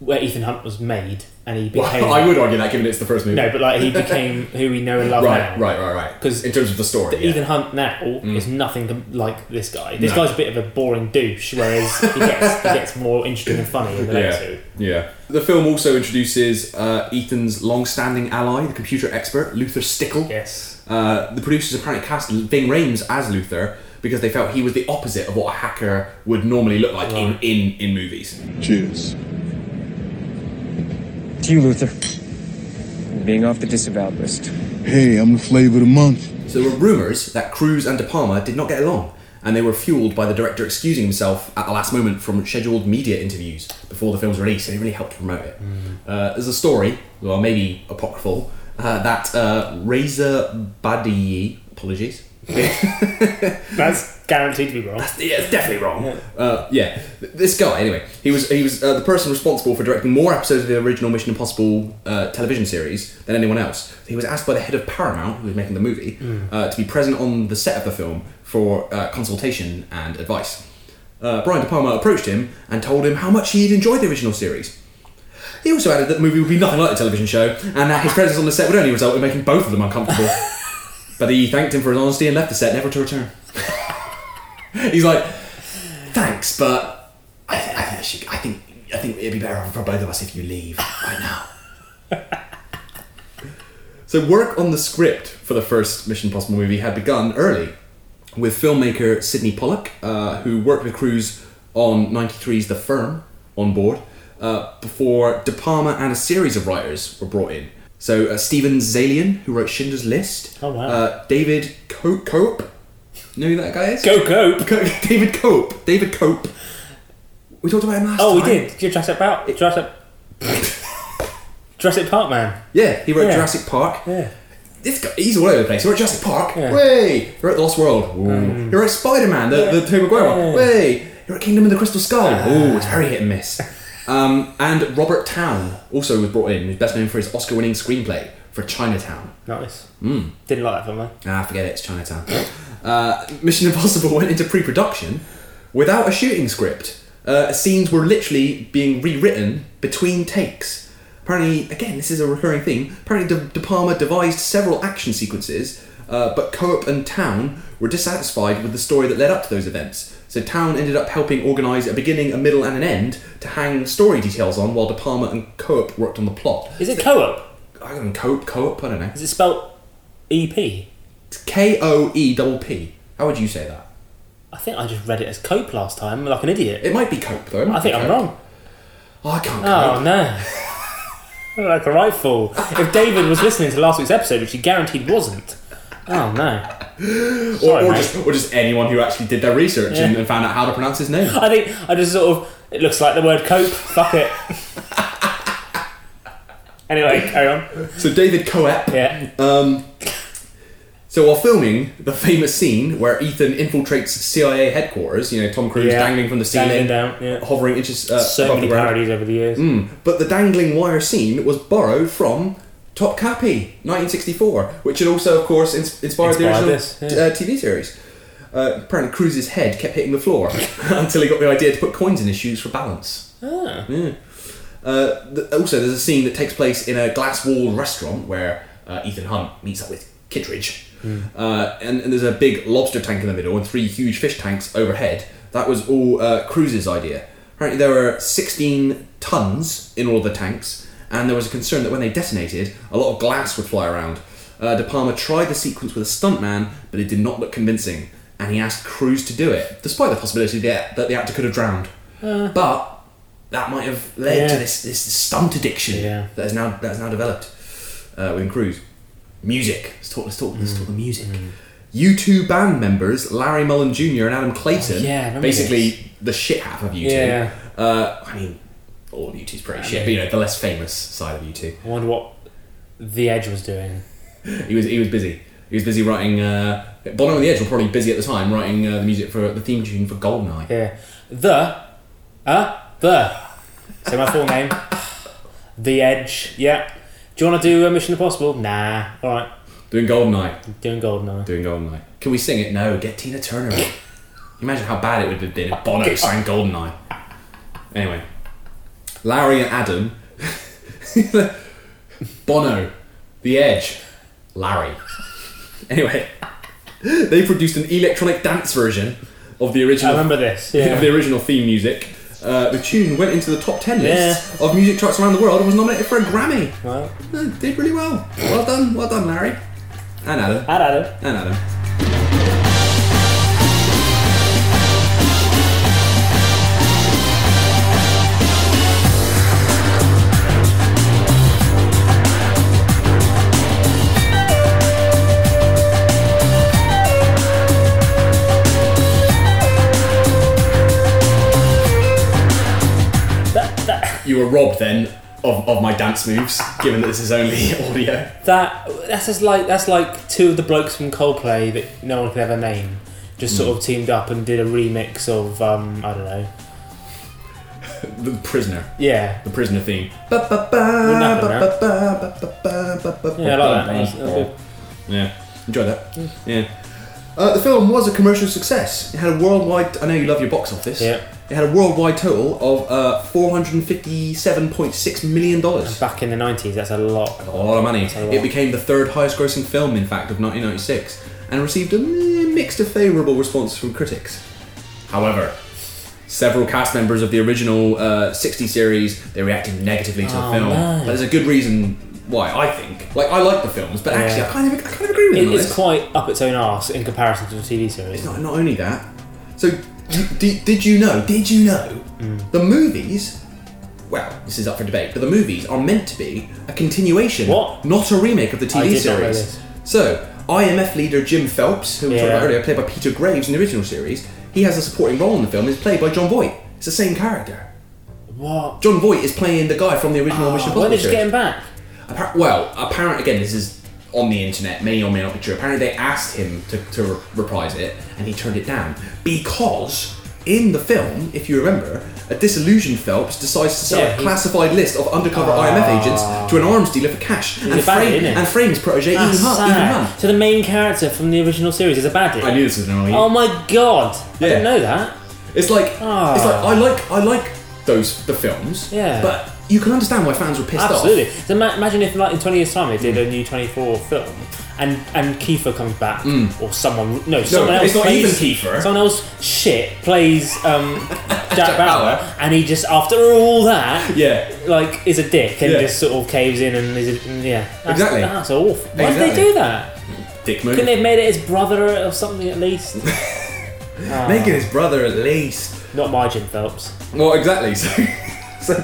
A: where Ethan Hunt was made, and he became.
C: Well, I would argue that given it's the first movie.
A: No, but like he became who we know and love
C: right,
A: now.
C: right, right, right. Because in terms of the story,
A: But
C: yeah. Hmm.
A: Ethan Hunt now is nothing com- like this guy. This
C: No.
A: guy's a bit of a boring douche, whereas he gets, he gets more interesting and funny in the next
C: yeah,
A: two.
C: yeah. The film also introduces uh, Ethan's long-standing ally, the computer expert Luther Stickle.
A: Yes.
C: Uh, the producers apparently cast Ving Rhames as Luther because they felt he was the opposite of what a hacker would normally look like in, in, in movies.
O: Cheers. To you, Luther. Being off the disavowed list.
C: Hey, I'm the flavour of the month. So there were rumours that Cruz and De Palma did not get along, and they were fueled by the director excusing himself at the last moment from scheduled media interviews before the film's release, and it really helped to promote it. Uh, there's a story, well, maybe apocryphal, uh, that uh, Razor Badiyi, apologies,
A: That's guaranteed to be wrong.
C: yeah, it's definitely wrong. uh, yeah, Th- this guy. Anyway, he was he was uh, the person responsible for directing more episodes of the original Mission Impossible uh, television series than anyone else. He was asked by the head of Paramount, who was making the movie,
O: Mm.
C: uh, to be present on the set of the film for uh, consultation and advice. Uh, Brian De Palma approached him and told him how much he'd enjoyed the original series. He also added that the movie would be nothing like the television show, and that his presence on the set would only result in making both of them uncomfortable. but he thanked him for his honesty and left the set, never to return. He's like, thanks, but I, th- I, think I, should, I think I think it'd be better for both of us if you leave right now. so work on the script for the first Mission Possible movie had begun early with filmmaker Sidney Pollock, uh, who worked with Cruise on 93's The Firm on board, uh, before De Palma and a series of writers were brought in. So uh, Steven Zalian, who wrote Schindler's List,
A: Oh, wow.
C: uh, David Co- Cope, know who that guy is?
A: Go Cope.
C: David Cope. David Cope. We talked about him last
A: oh,
C: time.
A: we did. You dress up out. Dress up. Jurassic Park man.
C: Yeah, he wrote
A: Yeah.
C: Jurassic Park.
A: Yeah.
C: This guy, he's all over the place. He wrote Jurassic Park.
A: Yeah. Um,
C: Way. He wrote The Lost World. Ooh. He wrote Spider Man, the,
A: Yeah.
C: the Tobey Maguire one.
A: Yeah. Ah.
C: Way. He wrote Kingdom of the Crystal Skull. Ooh, it's very hit and miss. Um, and Robert Town also was brought in, who's best known for his Oscar winning screenplay for Chinatown.
A: Nice.
C: Mm.
A: Didn't like that film, though.
C: Ah, forget it, it's Chinatown. uh, Mission Impossible went into pre production without a shooting script. Uh, scenes were literally being rewritten between takes. Apparently, again, this is a recurring theme. Apparently, De, De Palma devised several action sequences, uh, but Co-op and Town were dissatisfied with the story that led up to those events. So Town ended up helping organise a beginning, a middle, and an end to hang story details on, while De Palma and Co-op worked on the plot.
A: Is it co-op?
C: I don't know, Co-op, Co-op, I don't know.
A: Is it spelled E EP?
C: K O E double P. How would you say that?
A: I think I just read it as cope last time, like an idiot.
C: It might be cope though. it might
A: I think
C: be
A: I'm
C: cope.
A: wrong.
C: Oh, I can't.
A: Oh no. I'm like a right fool. If David was listening to last week's episode, which he guaranteed wasn't. Oh no.
C: Or,
A: Sorry,
C: or
A: mate.
C: just or just anyone who actually did their research and,
A: Yeah.
C: and found out how to pronounce his name.
A: I think I just sort of it looks like the word cope. Fuck it. anyway, carry on.
C: So David Coep.
A: Yeah.
C: Um, so while filming the famous scene where Ethan infiltrates CIA headquarters, you know Tom Cruise
A: Yeah.
C: dangling from the ceiling,
A: Dangling down,
C: hovering inches. Uh,
A: So
C: above
A: many
C: the ground.
A: parodies over the years.
C: Mm. But the dangling wire scene was borrowed from Top Cappy, 1964, which had also, of course, ins- inspired,
A: Inspired
C: the original
A: this, yeah.
C: uh, TV series. Uh, apparently, Cruz's head kept hitting the floor until he got the idea to put coins in his shoes for balance.
A: Ah.
C: Yeah. Uh, th- also, there's a scene that takes place in a glass walled restaurant where uh, Ethan Hunt meets up with Kittredge.
A: Hmm.
C: Uh, and, and there's a big lobster tank in the middle and three huge fish tanks overhead. That was all uh, Cruz's idea. Apparently, there were 16 tons in all of the tanks, and there was a concern that when they detonated, a lot of glass would fly around. Uh, De Palma tried the sequence with a stuntman, but it did not look convincing, and he asked Cruz to do it, despite the possibility that that the actor could have drowned.
A: Uh.
C: But that might have led to
A: Yeah.
C: this this stunt addiction that has now that has now developed uh, within Cruise. Music. Let's talk. Let's talk.
A: Mm.
C: Let's talk the music. U2 band members Larry Mullen Jr. and Adam Clayton,
A: yeah, I Oh, remember
C: basically the shit half of U2.
A: Yeah.
C: Uh, I mean, all of U2's pretty
A: Yeah,
C: shit, but you know, the less famous side of U2.
A: I wonder what The Edge was doing.
C: He was he was busy. He was busy writing. Uh, Bono and the Edge were probably busy at the time writing uh, the music for the theme tune for Goldeneye.
A: Yeah. The, uh, the. Say my full name. The Edge. Yeah. Do you want to do uh, Mission Impossible? Nah. All right.
C: Doing Goldeneye.
A: Doing Goldeneye.
C: Doing Goldeneye. Can we sing it? No. Get Tina Turner. in. Imagine how bad it would have been if Bono sang Goldeneye. Anyway, Larry and Adam, Bono, The Edge, Larry. Anyway, they produced an electronic dance version of the original.
A: I remember this, yeah.
C: of the original theme music. Uh, the tune went into the top ten list of music charts around the world and was nominated for a Grammy. Uh,
A: Well,
C: did really well. Well done, well done, Larry. And Adam.
A: And Adam.
C: And Adam. You were robbed then of, of my dance moves, given that this is only audio.
A: That that's just like that's like two of the blokes from Coldplay that no one could ever name, just sort of
C: Mm.
A: teamed up and did a remix of um, I don't know.
C: The Prisoner.
A: Yeah.
C: The Prisoner theme.
A: Wouldn't happen, right? Yeah, I like that. That's- that's good. Mm.
C: Yeah, enjoy that. Yeah. Uh, the film was a commercial success. It had a worldwide. I know you love your box office.
A: Yeah.
C: It had a worldwide total of uh, four hundred and fifty-seven point six million dollars.
A: Back in the nineties, that's a lot.
C: A lot of money.
A: That's a lot.
C: It became the third highest-grossing film, in fact, of nineteen ninety-six, and received a mixed to favourable response from critics. However, several cast members of the original uh, 60 series they reacted negatively to the
A: Oh,
C: film.
A: no.
C: But there's a good reason why I think. Like I like the films, but actually I kind of I kind of agree with
A: it.
C: them on
A: It's
C: this.
A: quite up its own arse in comparison to the TV series.
C: It's not, not only that. So, you, did, did you know? Did you know?
A: Mm.
C: The movies. Well, this is up for debate, but the movies are meant to be a continuation,
A: What?
C: not a remake of the TV
A: I did not know
C: series.
A: this.
C: So, IMF leader Jim Phelps, who we talked
A: Yeah.
C: about earlier, played by Peter Graves in the original series, he has a supporting role in the film. Is played by John Voight. It's the same character.
A: What?
C: John Voight is playing the guy from the original Mission Impossible
A: When Ah, did you
C: series.
A: get him back?
C: Appar- well, apparently, again, this is on the internet, may or may not be true. Apparently, they asked him to, to re- reprise it, and he turned it down because in the film, if you remember, a disillusioned Phelps decides to sell
A: Yeah,
C: a
A: he-
C: classified list of undercover
A: Ah.
C: IMF agents to an arms dealer for cash,
A: He's
C: and,
A: a baddie,
C: frame-
A: isn't he?
C: and frames protege Ethan
A: That's
C: Hunt. Ethan
A: sad.
C: Hunt.
A: So the main character from the original series is a baddie.
C: I knew this was an
A: Oh my god! I
C: Yeah.
A: didn't know that.
C: It's like it's like I like I like those the films,
A: ah. Yeah.
C: but you can understand why fans were pissed
A: Absolutely.
C: off.
A: So ma- imagine if, like, in 20 years' time, they did a new 24 film, and and Kiefer comes back, or someone no, someone else
C: Mm. it's not
A: plays,
C: even Kiefer.
A: Someone else shit plays um, Jack,
C: Jack
A: Bauer,
C: Bauer.
A: and he just after all that,
C: Yeah.
A: like is a dick and
C: Yeah.
A: just sort of caves in and is a, and yeah, that's,
C: Exactly.
A: That's awful. Why did they
C: Exactly.
A: do that?
C: Dick move.
A: Couldn't they have made it his brother or something at least? Ah.
C: Make it his brother at least.
A: Not my Jim Phelps.
C: Well, exactly. So, so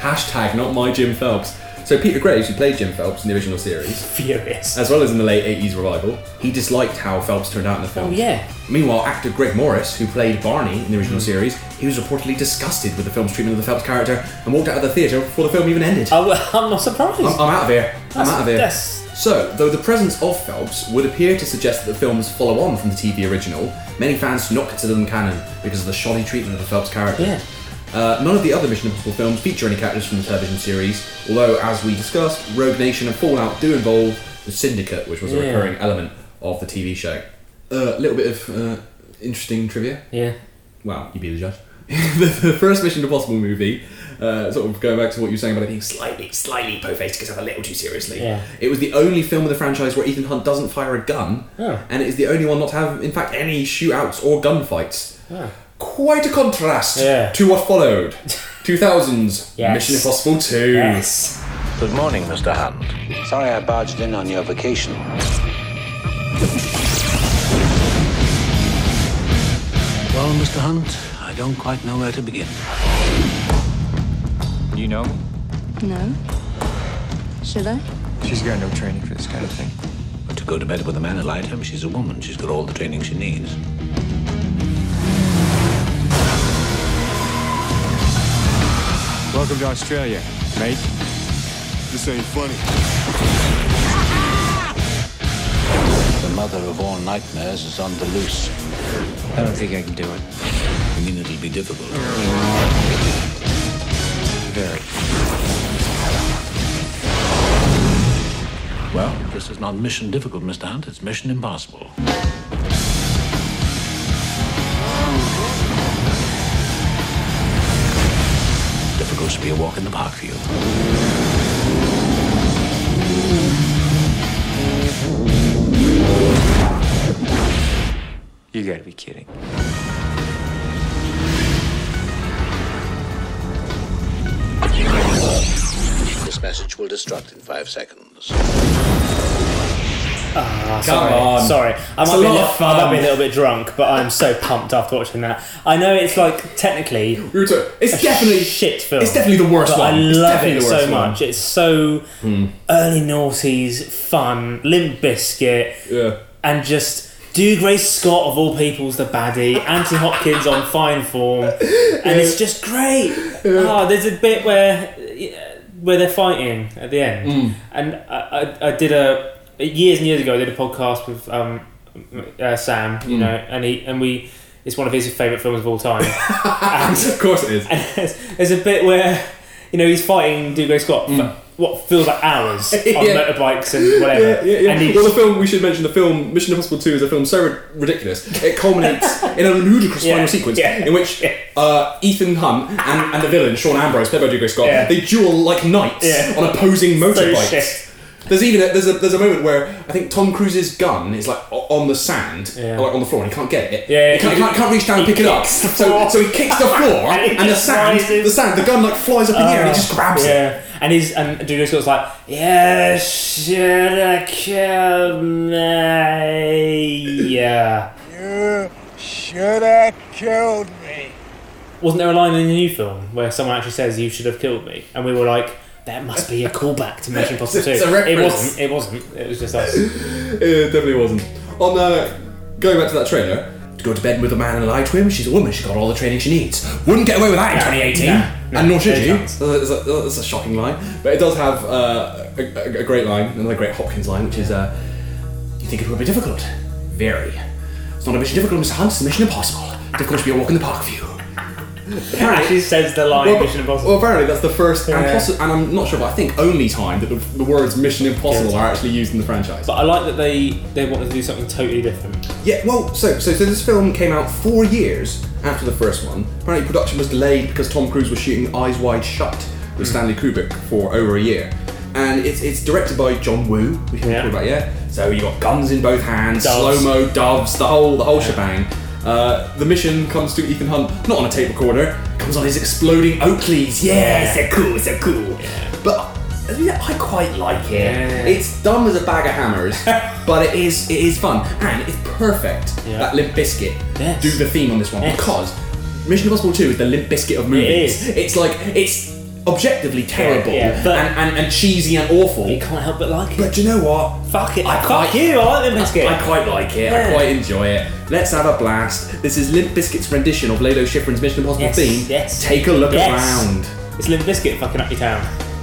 C: hashtag not my Jim Phelps. So Peter Graves, who played Jim Phelps in the original series,
A: furious,
C: as well as in the late '80s revival, he disliked how Phelps turned out in the film.
A: Oh yeah. Mm.
C: Meanwhile, actor Greg Morris, who played Barney in the original series, he was reportedly disgusted with the film's treatment of the Phelps character and walked out of the theatre before the film even ended.
A: Oh, well, I'm not surprised.
C: I'm, I'm out of here. I'm
A: That's-
C: out of here.
A: that's-
C: So, though the presence of Phelps would appear to suggest that the films follow on from the TV original, many fans do not consider them canon because of the shoddy treatment of the Phelps character.
A: Yeah.
C: Uh, none of the other Mission Impossible films feature any characters from the television series, although, as we discussed, Rogue Nation and Fallout do involve the Syndicate, which was a
A: Yeah.
C: recurring element of the TV show. A little bit of uh, interesting trivia.
A: Yeah.
C: Well, you be the judge. the, the first Mission Impossible movie, uh, sort of going back to what you were saying about it being slightly, slightly po-faced because I'm a little too seriously.
A: Yeah.
C: It was the only film of the franchise where Ethan Hunt doesn't fire a gun,
A: Oh.
C: and it is the only one not to have, in fact, any shootouts or gunfights.
A: Ah.
C: Quite a contrast
A: Yeah.
C: to what followed. 2000s
G: Yes.
C: Mission Impossible 2.
G: Good morning, Mr. Hunt. Sorry I barged in on your vacation.
P: Well, Mr. Hunt, I don't quite know where to begin. You know me?
Q: No. Should I?
P: She's got no training for this kind of thing. But to go to bed with a man like him, she's a woman. She's got all the training she needs.
G: Well,
O: Welcome to Australia, mate. This ain't funny.
P: The mother of all nightmares is on the loose. I don't think I can do it. I mean, it'll be difficult. Very. Well, this is not mission difficult, Mr. Hunt. It's mission impossible. Difficult should be a walk in the park for you.
O: You gotta be kidding.
P: This message will destruct in five seconds.
A: Ah,
P: Come
A: sorry,
P: on.
A: sorry. I
P: It's
A: might,
P: a
A: be a
P: lot
A: little,
P: of
A: I might
P: fun.
A: be a little bit drunk, but I'm so pumped after watching that. I know it's like technically,
C: it's
A: a
C: definitely-
A: shit film.
C: it's definitely the worst
A: but I
C: one. It's
A: love
C: definitely
A: it
C: the
A: so
C: worst one. Hmm.
A: much. It's so early noughties, fun, Limp Biscuit,
C: yeah.
A: and just. Dude, Grace Scott of all people's the baddie. Anthony Hopkins on fine form, and it's just great. Ah, there's a bit where yeah, where they're fighting at the end,
C: Mm.
A: and I, I, I did a years and years ago. I did a podcast with um, uh, Sam, you
C: Mm.
A: know, and he and we. It's one of his favourite films of all time. and,
C: of course it is.
A: And there's, there's a bit where you know he's fighting Dugo Scott for what feels like hours on
C: Mm. Yeah.
A: motorbikes and whatever.
C: Yeah, yeah, yeah.
A: And he,
C: well, the film we should mention the film Mission Impossible Two is a film so rid- ridiculous it culminates in a ludicrous final sequence in which uh, Ethan Hunt and, and the villain Sean Ambrose, played by Hugo Scott,
A: Yeah.
C: they duel like knights
A: Yeah.
C: on opposing
A: So
C: motorbikes.
A: shit.
C: there's even a, there's a there's a moment where I think Tom Cruise's gun is like o- on the sand,
A: Yeah.
C: or like on the floor, and he can't get it.
A: Yeah,
C: he can't, he can't, can't reach down and
A: he
C: pick it up.
A: kicks the
C: So,
A: floor.
C: so he kicks the floor,
A: And he
C: and the
A: just
C: sand,
A: rises.
C: the sand, the gun like flies up in the air, and he just grabs it.
A: yeah. And he's and Dugo Scott's like, yeah, should have killed me. Yeah.
R: You should have killed me.
A: Wasn't there a line in the new film where someone actually says, "You should have killed me," and we were like, "That must be a callback to Mission Impossible 2.
C: It's a
A: it
C: reference.
A: wasn't. It wasn't. It was just us.
C: It definitely wasn't. On uh, going back to that trailer, to go to bed with a man and lie to him. She's a woman. She's got all the training she needs. Wouldn't get away with that in
A: No,
C: 2018.
A: no,
C: and
A: no,
C: nor should
A: no
C: you. Uh,
A: chance.
C: That's a, that's a shocking line, but it does have uh, a, a- a great line, another great Hopkins line, which is, uh, "You think it will be difficult? Very. It's not a mission difficult, Mr. Hunt. It's a mission impossible. Difficult to be a walk in the park for you."
A: Actually says the line Mission Impossible.
C: Well, apparently that's the first and, possi- and I'm not sure, but I think only time that the, the words "Mission Impossible" are actually used in the franchise.
A: But I like that they they wanted to do something totally different.
C: Yeah, well, so, so so this film came out four years after the first one. Apparently, production was delayed because Tom Cruise was shooting Eyes Wide Shut with
A: Hmm.
C: Stanley Kubrick for over a year. And it's, it's directed by John Woo, we haven't talked about yet. So you got guns in both hands,
A: Doves.
C: slow mo, doves, the whole the whole shebang. Uh, the mission comes to Ethan Hunt, not on a tape recorder, comes on his exploding Oakleys. Yeah, so cool, so cool. But I mean, I quite like it.
A: Yeah.
C: It's dumb as a bag of hammers, but it is it is fun and it's perfect. That Limp Biscuit do the theme on this one
A: Yes.
C: because Mission Impossible Two is the Limp Biscuit of
A: is.
C: movies. It's like it's objectively terrible
A: yeah, but-
C: and, and, and cheesy and awful. You
A: can't help but like it.
C: But do you know what?
A: Fuck it.
C: I
A: Fuck
C: quite-
A: you. I like Limp Bizkit.
C: I quite like it. I
A: Yeah.
C: quite enjoy it. Let's have a blast. This is Limp Bizkit's rendition of Lalo Schifrin's Mission Impossible
A: Yes,
C: theme.
A: yes.
C: Take a look
A: Yes.
C: around.
A: It's Limp Biscuit fucking up your town.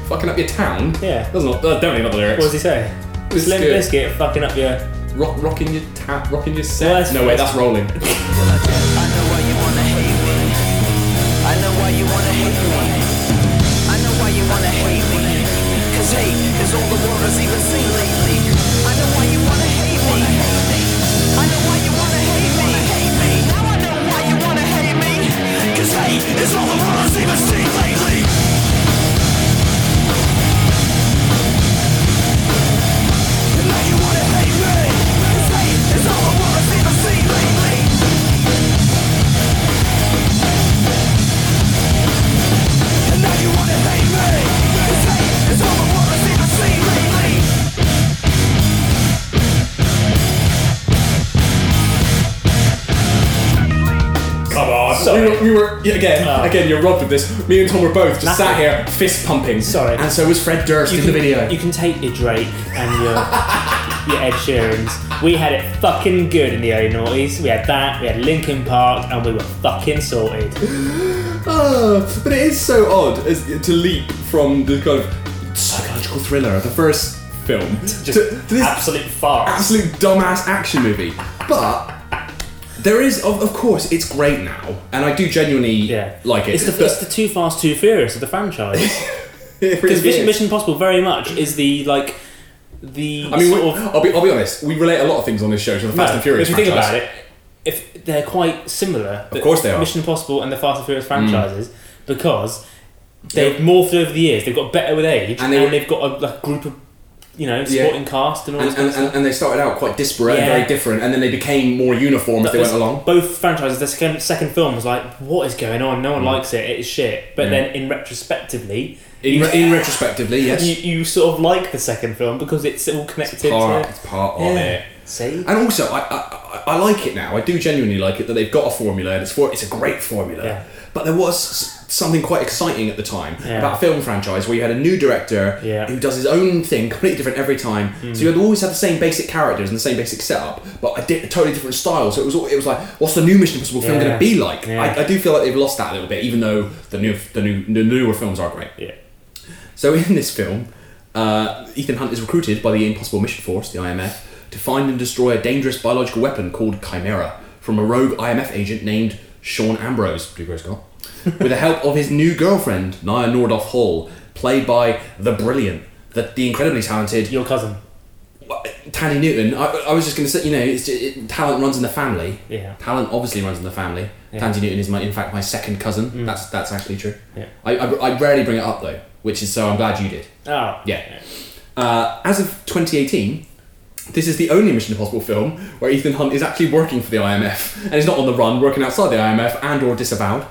C: Fucking up your town.
A: Yeah.
C: That's not. That's definitely not the lyrics.
A: What does he say? It's Limp
C: good.
A: Biscuit fucking up your.
C: Rock, rocking your tap, rocking your set. no wait, that's rolling.
M: I know why you wanna hate me. I know why you wanna hate me. Cause hate is all the world has even seen lately. I know why you wanna hate me. I know why you wanna hate me. Now I know why you wanna hate me. Cause hate is all the world has even seen lately. And now you wanna hate me. Cause hate is all the world has even seen lately.
C: Come on.
A: Sorry. Oh.
C: We were, we were yeah, again, again. You're robbed with this. Me and Tom were both just
A: Nothing.
C: sat here, fist pumping. Sorry. And so was Fred Durst
A: You
C: in
A: can,
C: the video.
A: you can take your Drake and your your Ed Sheerans. We had it fucking good in the early noughties. We had that, we had Linkin Park, and we were fucking sorted.
C: Ah, but it is so odd as, to leap from the kind of psychological thriller of the first film
A: Mm-hmm. Just
C: to, to this
A: absolute farce.
C: absolute dumbass action movie. But there is, of, of course, it's great now, and I do genuinely like it.
A: It's the, it's the Too Fast, Too Furious of the franchise.
C: It
A: Because
C: really
A: Mission,
C: is.
A: Mission Impossible very much is the like the.
C: I mean, we,
A: sort of,
C: I'll, be, I'll be honest. We relate a lot of things on this show to the Fast
A: No,
C: and Furious.
A: If you think
C: franchise.
A: about it, if they're quite similar. the
C: course they are. Mm.
A: Mission Impossible and the Fast and Furious franchises because they've morphed over the years. They've got better with age,
C: And
A: and,
C: they were-
A: they have got a like, group of you know
C: Yeah.
A: supporting cast and all
C: and,
A: this kind
C: and,
A: of stuff.
C: and, and they started out quite disparate and
A: Yeah.
C: very different, and then they became more uniform as they went
A: There's-
C: along.
A: Both franchises, the second, second film was like, what is going on? No one
C: Mm.
A: likes it. It's shit. But
C: Yeah.
A: then, in retrospectively,
C: In re- in retrospectively, yes.
A: you, you sort of like the second film because it's all connected.
C: part-
A: to,
C: it's part of it.
A: See,
C: And also, I, I, I I like it now. I do genuinely like it that they've got a formula, and it's for it's a great formula.
A: Yeah.
C: But there was s- something quite exciting at the time
A: Yeah.
C: about a film franchise where you had a new director
A: Yeah.
C: who does his own thing, completely different every time.
A: Mm.
C: So you had always had the same basic characters and the same basic setup, but a, di- a totally different style. So it was all- it was like, what's the new Mission Impossible film
A: Yeah.
C: going to be like?
A: Yeah.
C: I, I do feel like they've lost that a little bit, even though the new the new the newer films are great.
A: Yeah.
C: So in this film, uh, Ethan Hunt is recruited by the Impossible Mission Force, the IMF, to find and destroy a dangerous biological weapon called Chimera from a rogue IMF agent named Sean Ambrose, Blue Grey Skull, with the help of his new girlfriend, Naya Nordoff Hall, played by the brilliant, the, the incredibly talented.
A: Your cousin.
C: Tandy Newton. I, I was just going to say, you know, it's, it, talent runs in the family.
A: Yeah.
C: Talent obviously runs in the family.
A: Yeah. Mm.
C: Tandy Newton is my, in fact, my second cousin. That's that's actually true.
A: Yeah.
C: I, I, I rarely bring it up though, which is so I'm glad you did.
A: Oh.
C: Yeah. Uh, as of 2018, this is the only Mission Impossible film where Ethan Hunt is actually working for the IMF and is not on the run, working outside the IMF and or disavowed.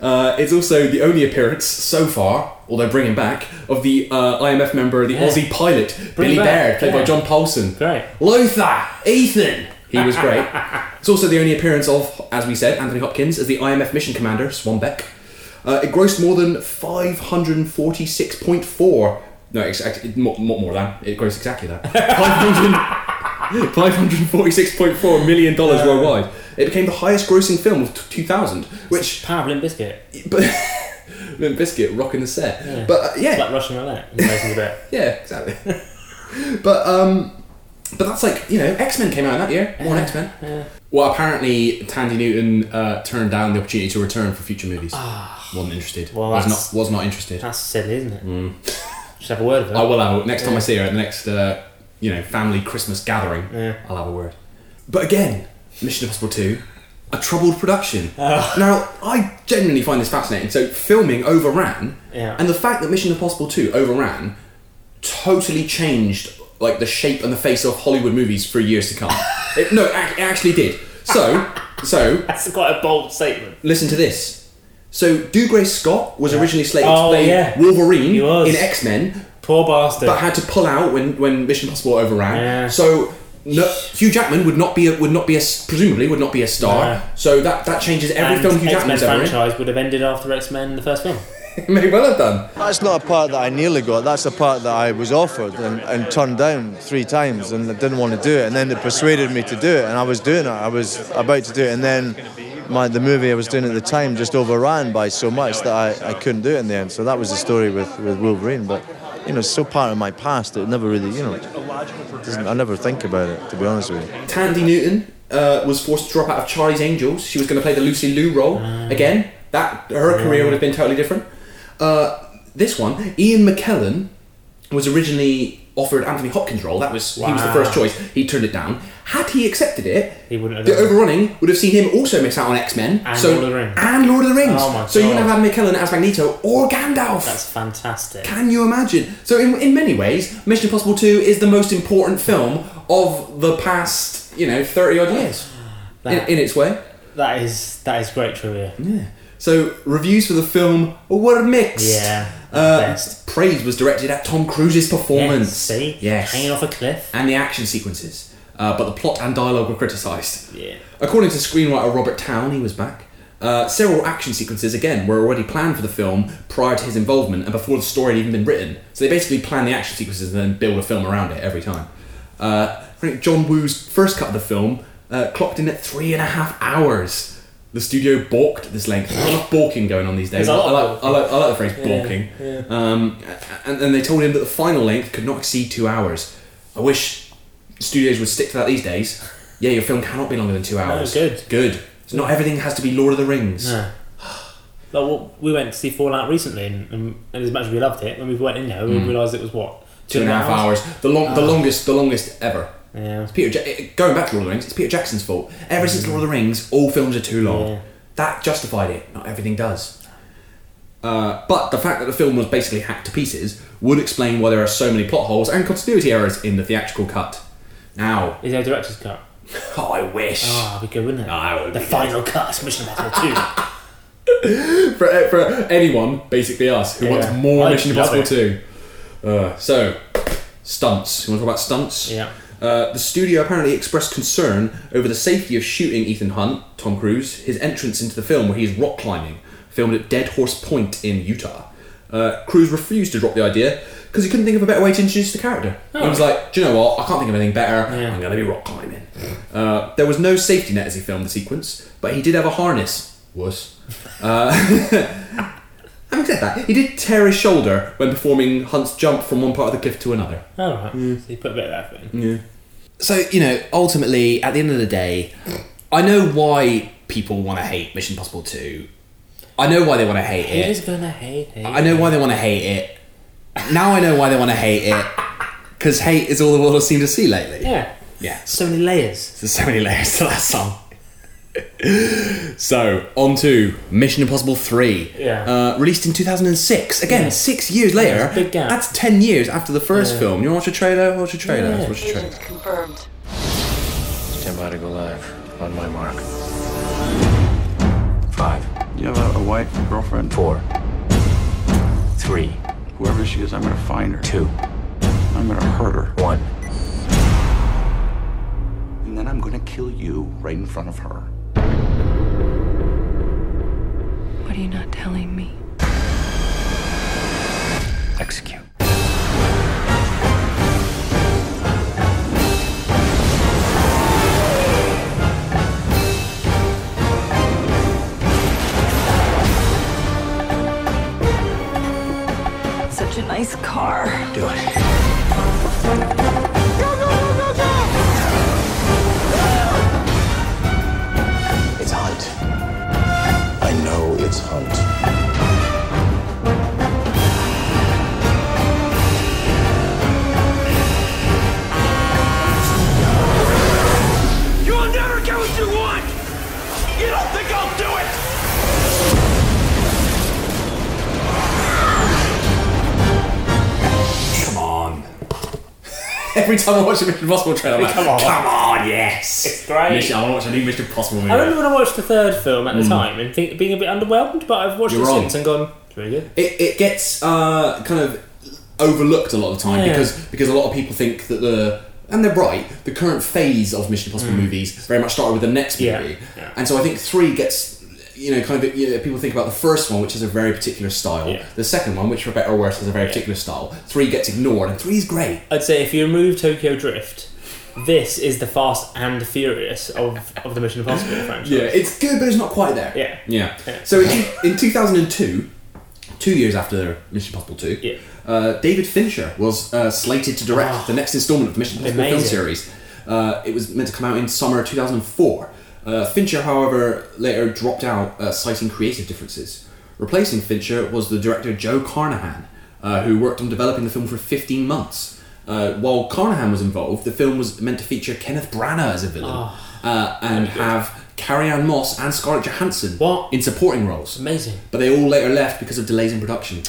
C: Uh, it's also the only appearance so far, although bringing back, of the uh, IMF member, the
A: Yeah.
C: Aussie pilot,
A: Bring
C: Billy
A: back,
C: Baird, played by
A: yeah.
C: John Paulson.
A: Great.
C: Lothar, Ethan. He was great. it's also the only appearance of, as we said, Anthony Hopkins as the IMF mission commander, Swanbeck. Uh, it grossed more than 546.4. No, exactly, more, more than. It grossed exactly that. 500 $546.4 million dollars worldwide. It became the highest grossing film of t- 2000, which.
A: Power of Limp Biscuit.
C: But, Limp Biscuit rocking the set.
A: Yeah.
C: But uh, yeah.
A: It's like Russian roulette. in relation to that.
C: Yeah, exactly. but um, but that's like you know, X Men came out that year. More X Men.
A: Yeah.
C: Well, apparently Tandy Newton uh, turned down the opportunity to return for future movies. Wasn't interested.
A: Ah. Well,
C: was
A: that's-
C: not was not interested.
A: That's silly, isn't it? Should have a word with it.
C: I will have a- next time I
A: Yeah.
C: see her at the next uh, you know family Christmas gathering.
A: Yeah.
C: I'll have a word. But again, Mission Impossible Two, a troubled production.
A: Ah.
C: Now I genuinely find this fascinating. So filming overran,
A: Yeah.
C: and the fact that Mission Impossible Two overran totally changed like the shape and the face of Hollywood movies for years to come. it, no, ac- it actually did. So, so
A: That's quite a bold statement.
C: listen to this. So, Do Gray Scott was originally slated
A: Oh,
C: to play
A: yeah.
C: Wolverine
A: He was.
C: in X Men,
A: Poor bastard.
C: but had to pull out when, when Mission Impossible overran.
A: Yeah.
C: So no, Hugh Jackman would not be a, would not be a presumably would not be a star.
A: No.
C: So that, that changes every
A: and
C: film Hugh
A: X-Men
C: Jackman's ever in.
A: franchise would have ended after X-Men the first film.
C: It May well have done.
S: That's not a part that I nearly got. That's a part that I was offered and, and turned down three times, and I didn't want to do it. And then they persuaded me to do it, and I was doing it. I was about to do it, and then my, the movie I was doing at the time just overran by so much that I, I couldn't do it in the end. So that was the story with, with Wolverine. But you know, it's so part of my past. It never really, you know, doesn't, I never think about it to be honest with you.
C: Tandy Newton uh, was forced to drop out of Charlie's Angels. She was going to play the Lucy Liu role
A: Ah.
C: again. That her career would have been totally different. Uh, this one, Ian McKellen, was originally offered Anthony Hopkins' role. That was he was the
A: Wow.
C: first choice. He turned it down. Had he accepted it,
A: He wouldn't have
C: the
A: done it.
C: overrunning would have seen him also miss out on X Men
A: And
C: so,
A: Lord of the Rings.
C: and Lord of the Rings.
A: Oh my
C: so you wouldn't
A: God.
C: have had McKellen as Magneto or Gandalf.
A: That's fantastic.
C: Can you imagine? So, in, in many ways, Mission Impossible 2 is the most important film of the past, you know, 30 odd years. In,
A: That-
C: in its way.
A: That is that is great trivia.
C: Yeah. So, reviews for the film were mixed.
A: Yeah,
C: Uh, Praise was directed at Tom Cruise's performance.
A: Yes, see?
C: Yes.
A: Hanging off a cliff.
C: And the action sequences. Uh, but the plot and dialogue were criticised.
A: Yeah.
C: According to screenwriter Robert Towne, he was back. Uh, several action sequences again were already planned for the film prior to his involvement and before the story had even been written. So they basically plan the action sequences and then build a film around it every time. Uh, I think John Woo's first cut of the film uh, clocked in at three and a half hours. The studio balked this length. There's a lot of balking going on these days.
A: There's a lot
C: I,
A: of
C: like, I, like, I like the phrase
A: Yeah,
C: balking.
A: yeah.
C: Um, and, and they told him that the final length could not exceed two hours. I wish studios would stick to that these days. Yeah, your film cannot be longer than two hours.
A: good.
C: Good. So not everything has to be Lord of the Rings.
A: No. Like, well, we went to see Fallout recently, and, and, and as much as we loved it, when we went in there, we
C: Mm.
A: realised it was what
C: Two and a half hours. The long, the
A: Ah.
C: longest, the longest ever.
A: Yeah.
C: It's Peter. Ja- it- going back to Lord of the Rings, it's Peter Jackson's fault. Ever since Lord of the Rings, all films are too long. That justified it. Not everything does. Uh, but the fact that the film was basically hacked to pieces would explain why there are so many plot holes and continuity errors in the theatrical cut. Now,
A: is there a director's cut?
C: Oh, I wish.
A: Oh, that'd be good, wouldn't it? the
C: Ah, be good.
A: final cut, Mission Impossible Two.
C: for, for anyone, basically us, who wants
A: Yeah.
C: more
A: I'd
C: Mission
A: love
C: Impossible 2. Uh, so, stunts. You want to talk about stunts?
A: Yeah.
C: Uh, the studio apparently expressed concern over the safety of shooting Ethan Hunt, Tom Cruise, his entrance into the film where he is rock climbing, filmed at Dead Horse Point in Utah. Uh, Cruise refused to drop the idea because he couldn't think of a better way to introduce the character.
A: Oh.
C: He was like, do you know what? I can't think of anything better. I'm going to be rock climbing. Uh, there was no safety net as he filmed the sequence, but he did have a harness. Wuss. Uh, Having said that, he did tear his shoulder when performing Hunt's jump from one part of the cliff to another.
A: All right.
C: Hmm.
A: So you put a bit of effort in.
C: Yeah. So, you know, ultimately, at the end of the day, I know why people want to hate Mission Impossible 2. I know why they want to hate it.
A: Who's gonna hate it?
C: I know why they want to hate it. Now I know why they want to hate it. Because hate is all the world has seemed to see lately.
A: Yeah.
C: Yeah.
A: So many layers.
C: There's so many layers to that song. so, on to Mission Impossible 3.
A: Yeah.
C: Uh, released in 2006. Again,
A: Yeah.
C: six years later.
A: Yeah, it's a big gap.
C: That's 10 years after the first
A: Yeah.
C: film. You want to watch a trailer? Watch a trailer. Let's watch a trailer.
B: Confirmed.
P: Stand by to go live. On my mark.
T: Five. You have a, a wife, a girlfriend? Four. Three. Whoever she is, I'm gonna find her. Two. I'm gonna hurt her. One. And then I'm gonna kill you right in front of her.
Q: What are you not telling me?
P: Execute.
B: Such a nice car.
P: Do it.
T: It's Hunt. I know it's Hunt.
M: You'll never get what you want! You don't think I'll do it!
C: Come on. Every time I watch a Mission Impossible trailer, I'm like,
A: Come on.
C: Come on, yes. It's
A: great.
C: Mission, I want to watch a new Mission Impossible movie.
A: I remember when I watched the third film at the
C: Mm.
A: time and think, being a bit underwhelmed, but I've watched
C: You're
A: it
C: wrong.
A: since and gone, it's really good.
C: it, it gets uh, kind of overlooked a lot of the time
A: Yeah.
C: because because a lot of people think that the and they're right the current phase of Mission Impossible
A: Mm.
C: movies very much started with the next movie
A: Yeah. Yeah.
C: and so I think three gets you know kind of you know, people think about the first one which has a very particular style
A: Yeah.
C: the second one which for better or worse has a very particular style three gets ignored and three's great
A: I'd say if you remove Tokyo Drift, this is the Fast and Furious of, of the Mission Impossible franchise.
C: yeah it's good but it's not quite there
A: Yeah.
C: Yeah. So in, two- in 2002, two years after Mission Impossible 2, uh, David Fincher was uh, slated to direct the next installment of the Mission Impossible film
A: Amazing.
C: series. Uh, it was meant to come out in summer 2004. Uh, Fincher, however, later dropped out, uh, citing creative differences. Replacing Fincher was the director Joe Carnahan, uh, who worked on developing the film for 15 months. Uh, while Carnahan was involved, the film was meant to feature Kenneth Branagh as a villain
A: Oh.
C: uh, and have Carrie Ann Moss and Scarlett Johansson in supporting roles.
A: Amazing.
C: But they all later left because of delays in production.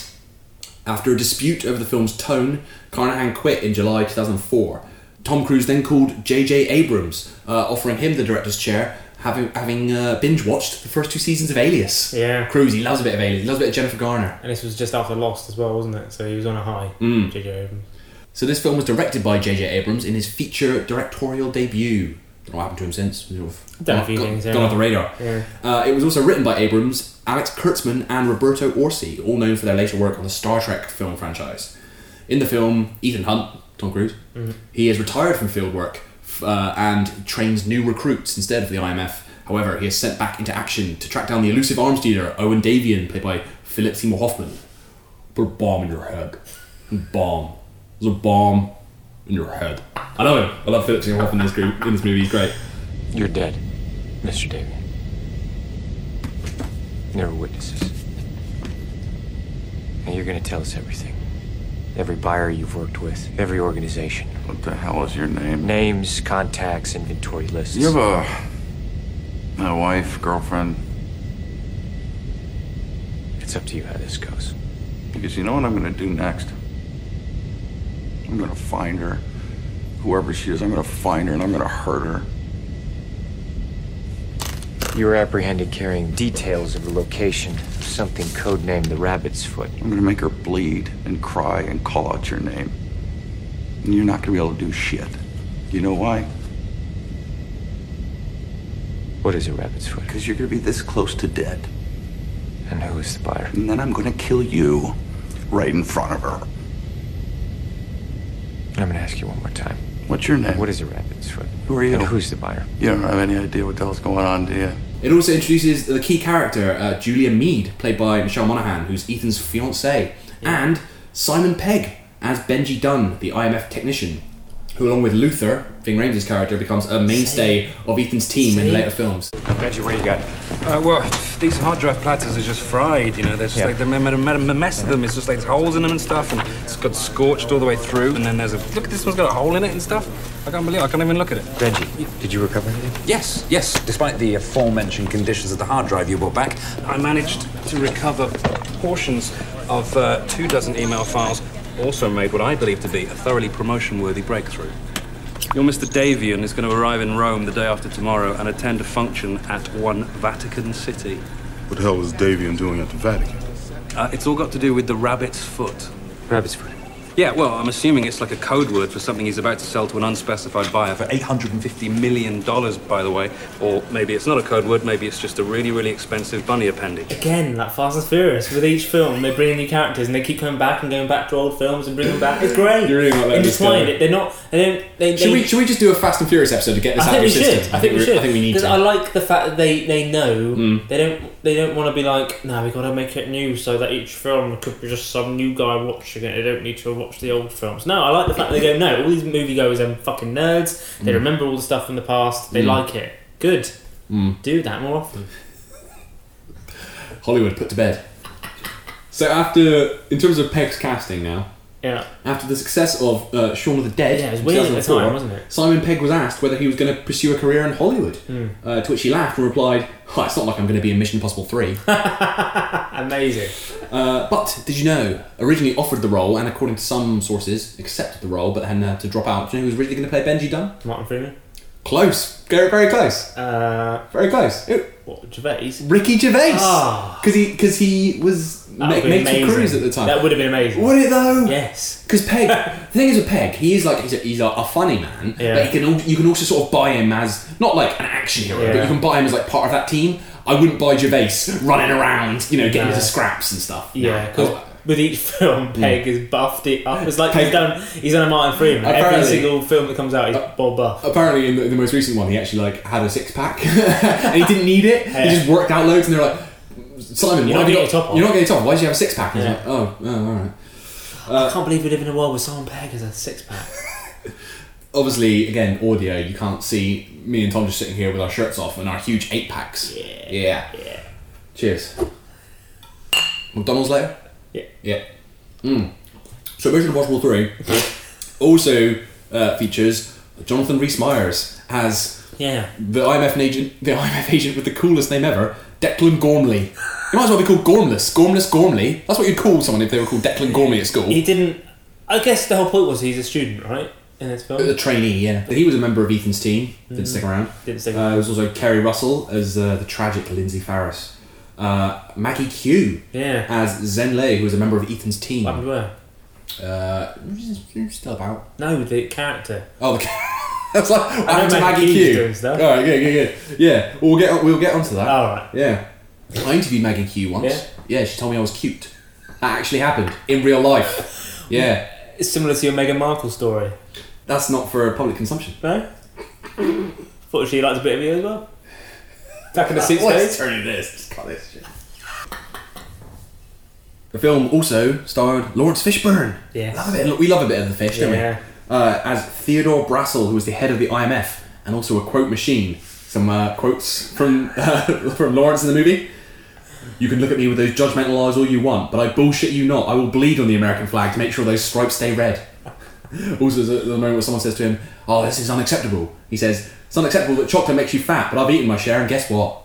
C: After a dispute over the film's tone, Carnahan quit in July 2004. Tom Cruise then called J.J. Abrams, uh, offering him the director's chair, having, having uh, binge watched the first two seasons of Alias.
A: Yeah.
C: Cruise, he loves a bit of Alias, he loves a bit of Jennifer Garner.
A: And this was just after Lost as well, wasn't it? So he was on a high.
C: Mm.
A: J.J. Abrams.
C: So this film was directed by J.J. Abrams in his feature directorial debut. Don't know what happened to him since. Sort of
A: Done a
C: gone-
A: few
C: gone-
A: things, yeah.
C: Gone off the radar.
A: Yeah.
C: Uh, it was also written by Abrams, Alex Kurtzman, and Roberto Orsi, all known for their later work on the Star Trek film franchise. In the film, Ethan Hunt, Tom Cruise,
A: Mhm.
C: he is retired from field work f- uh, and trains new recruits instead of the IMF However, he is sent back into action to track down the elusive arms dealer Owen Davian, played by Philip Seymour Hoffman. Put a bomb in your head. A bomb. There's a bomb in your head. I love him. I love Philip Seymour Hoffman in this, group, in this movie. He's great.
T: You're dead, Mr. Davian. There were witnesses. And you're going to tell us everything. Every buyer you've worked with, every organization. What the hell is your name? Names, contacts, inventory lists. You have a, a wife, girlfriend? It's up to you how this goes. Because you know what I'm going to do next? I'm going to find her. Whoever she is, I'm going to find her and I'm going to hurt her. You were apprehended carrying details of the location, of something codenamed the Rabbit's Foot. I'm going to make her bleed and cry and call out your name. And you're not going to be able to do shit. You know why? What is a rabbit's foot? Because you're going to be this close to dead. And who is the buyer? And then I'm going to kill you right in front of her. I'm going to ask you one more time. What's your name? What is a rabbit's foot? Who are you? And who's the buyer? You don't have any idea what the hell's going on, do you?
C: It also introduces the key character, uh, Julia Mead, played by Michelle Monaghan, who's Ethan's fiancée, and Simon Pegg as Benji Dunn, the IMF technician, who, along with Luther, Ving Rhames' character, becomes a mainstay of Ethan's team in later films.
T: Benji, what do you got?
B: Uh, well, these hard drive platters are just fried, you know. There's just
T: Yeah.
B: like the, m- m- m- mess of them. It's just like there's holes in them and stuff, and it's got scorched all the way through. And then there's a look. This one's got a hole in it and stuff. I can't believe it. I can't even look at it.
U: Benji, did you recover anything?
B: Yes, yes. Despite the aforementioned conditions of the hard drive you brought back, I managed to recover portions of uh, two dozen email files. Also made what I believe to be a thoroughly promotion-worthy breakthrough. Your Mr. Davian is going to arrive in Rome the day after tomorrow and attend a function at one Vatican City.
V: What the hell was Davian doing at the Vatican?
B: Uh, it's all got to do with the rabbit's foot.
U: Rabbit's foot.
B: Yeah, well, I'm assuming it's like a code word for something he's about to sell to an unspecified buyer for $850 million, by the way. Or maybe it's not a code word, maybe it's just a really, really expensive bunny appendage.
A: Again, like Fast and Furious, with each film they bring in new characters and they keep coming back and going back to old films and bring them back. It's great.
C: You really want that
A: Intertwined.
C: discovery.
A: They're not. They don't. They,
C: Should
A: they-
C: we, should we just do a Fast and Furious episode to get this
A: I
C: out of
A: think
C: your
A: we
C: system?
A: should. I think we
C: we're-
A: should.
C: I think we need
A: 'Cause
C: to.
A: I like the fact that they they know
C: Mm.
A: they don't they don't want to be like no we got to make it new so that each film could be just some new guy watching it. They don't need to watch the old films. No, I like the fact they go no all these moviegoers are fucking nerds. They
C: Mm.
A: remember all the stuff from the past. They
C: Mm.
A: like it. Good.
C: Mm.
A: Do that more often.
C: Hollywood put to bed. So after, in terms of Peg's casting now,
A: Yeah.
C: after the success of uh, Shaun of the Dead,
A: Yeah, it was
C: in
A: weird at the
C: 2004,
A: time, wasn't it?
C: Simon Pegg was asked whether he was going to pursue a career in Hollywood,
A: Mm.
C: uh, to which he laughed and replied, "Huh, "It's not like I'm going to be in Mission Impossible 3.
A: Amazing.
C: Uh, but did you know, originally offered the role and according to some sources accepted the role, but then had to drop out. Do you know who was originally going to play Benji Dunn?
A: Martin Freeman.
C: Close, very, very close,
A: uh,
C: very close. It-
A: What Gervais?
C: Ricky Gervais,
A: Ah.
C: because he because he was
A: That would
C: Nick
A: be
C: Nathan
A: amazing.
C: Cruz at the time.
A: That would have been amazing.
C: Would it though?
A: Yes.
C: Because Peg, the thing is with Peg, he is like he's a, he's a, a funny man,
A: Yeah.
C: but you can al- you can also sort of buy him as not like an action hero, but
A: Yeah.
C: you can buy him as like part of that team. I wouldn't buy Gervais running around, you know, getting
A: No.
C: into scraps and stuff.
A: Yeah,
C: No.
A: because with each
C: Hmm.
A: film, Peg has buffed it up. It's like he's done. He's done a Martin Freeman. Every
C: Apparently- Uh,
A: single film that comes out, he's Bob Buff.
C: Apparently, in the, the most recent one, he actually like had a six pack, and he didn't need it. He just worked out loads, and they're like, "Simon,
A: You're
C: why
A: not
C: have
A: getting
C: you got-
A: your top off."
C: You're not getting your top. off. Why do you have a six pack?" And
A: Yeah.
C: he's like, "Oh, oh, all right." uh,
A: I can't believe we live in a world where someone Peg as a six pack.
C: Obviously, again, audio. You can't see me and Tom just sitting here with our shirts off and our huge eight packs. Yeah. Yeah. Cheers. McDonald's later.
A: Yeah.
C: Yeah. Mm. So Mission Impossible Three also uh, features Jonathan Rhys Myers as
A: Yeah.
C: the IMF agent, the IMF agent with the coolest name ever, Declan Gormley. You might as well be called Gormless, Gormless Gormley. That's what you'd call someone if they were called Declan Gormley at school.
A: He didn't. I guess the whole point was he's a student, right? In this film.
C: A trainee, yeah. He was a member of Ethan's team. Didn't
A: Mhm.
C: stick around.
A: Didn't stick
C: Uh, there was also Kerry Russell as uh, the tragic Lindsay Farris. Uh, Maggie Q
A: Yeah.
C: as Zen Lei, who was a member of Ethan's team.
A: What happened to her?
C: Uh, who's still about?
A: No, the character.
C: Oh, the That's like what
A: I know
C: happened to
A: Maggie
C: Maggie
A: Q's
C: Q.
A: doing stuff. Oh.
C: All right, good, good, good. Yeah, we'll get on, we'll get onto that.
A: All right.
C: Yeah, I interviewed Maggie Q once. Yeah? she told me I was cute. That actually happened in real life. Yeah,
A: It's similar to your Meghan Markle story.
C: that's not for public consumption.
A: No. Thought she liked a bit of you as well. Back in the seats,
C: What's
A: days.
C: turning this? Just cut this shit. The film also starred Lawrence Fishburne.
A: Yes.
C: Love it. We love a bit of the fish, don't
A: Yeah.
C: we? Uh, as Theodore Brassel, who was the head of the IMF and also a quote machine. Some uh, quotes from uh, from Lawrence in the movie. You can look at me with those judgmental eyes all you want, but I bullshit you not. I will bleed on the American flag to make sure those stripes stay red. also, there's a, there's a moment where someone says to him, "Oh, this is unacceptable." He says, "It's unacceptable that chocolate makes you fat, but I've eaten my share, and guess what?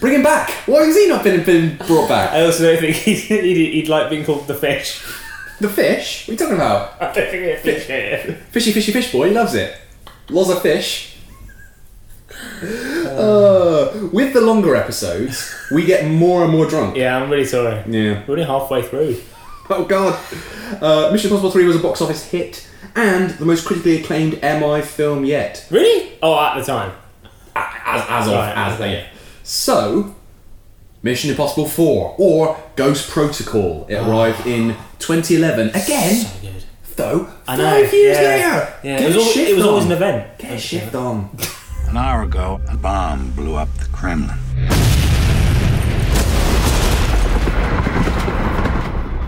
C: Bring him back. Why has he not been been brought back?
A: I also don't think he'd, he'd, he'd like being called the fish.
C: The fish? What are you talking about?
A: I don't think he'd fish here.
C: Fishy, fishy, fish boy. He loves it. Lots of fish." Uh, with the longer episodes, we get more and more drunk.
A: Yeah, I'm really sorry.
C: Yeah.
A: We're only halfway through.
C: Oh god. Uh, Mission Impossible 3 was a box office hit and the most critically acclaimed MI film yet.
A: Really? Oh, at the time.
C: As, as of,
A: Right,
C: as they. So, Mission Impossible 4 or Ghost Protocol.
A: Ah.
C: It arrived in 2011. Again, though,
A: I
C: five
A: know.
C: years
A: yeah.
C: later.
A: Yeah,
C: Get
A: it was,
C: a
A: al-
C: shift
A: it was always
C: on.
A: an event.
C: Get a shift on.
P: An hour ago, a bomb blew up the Kremlin.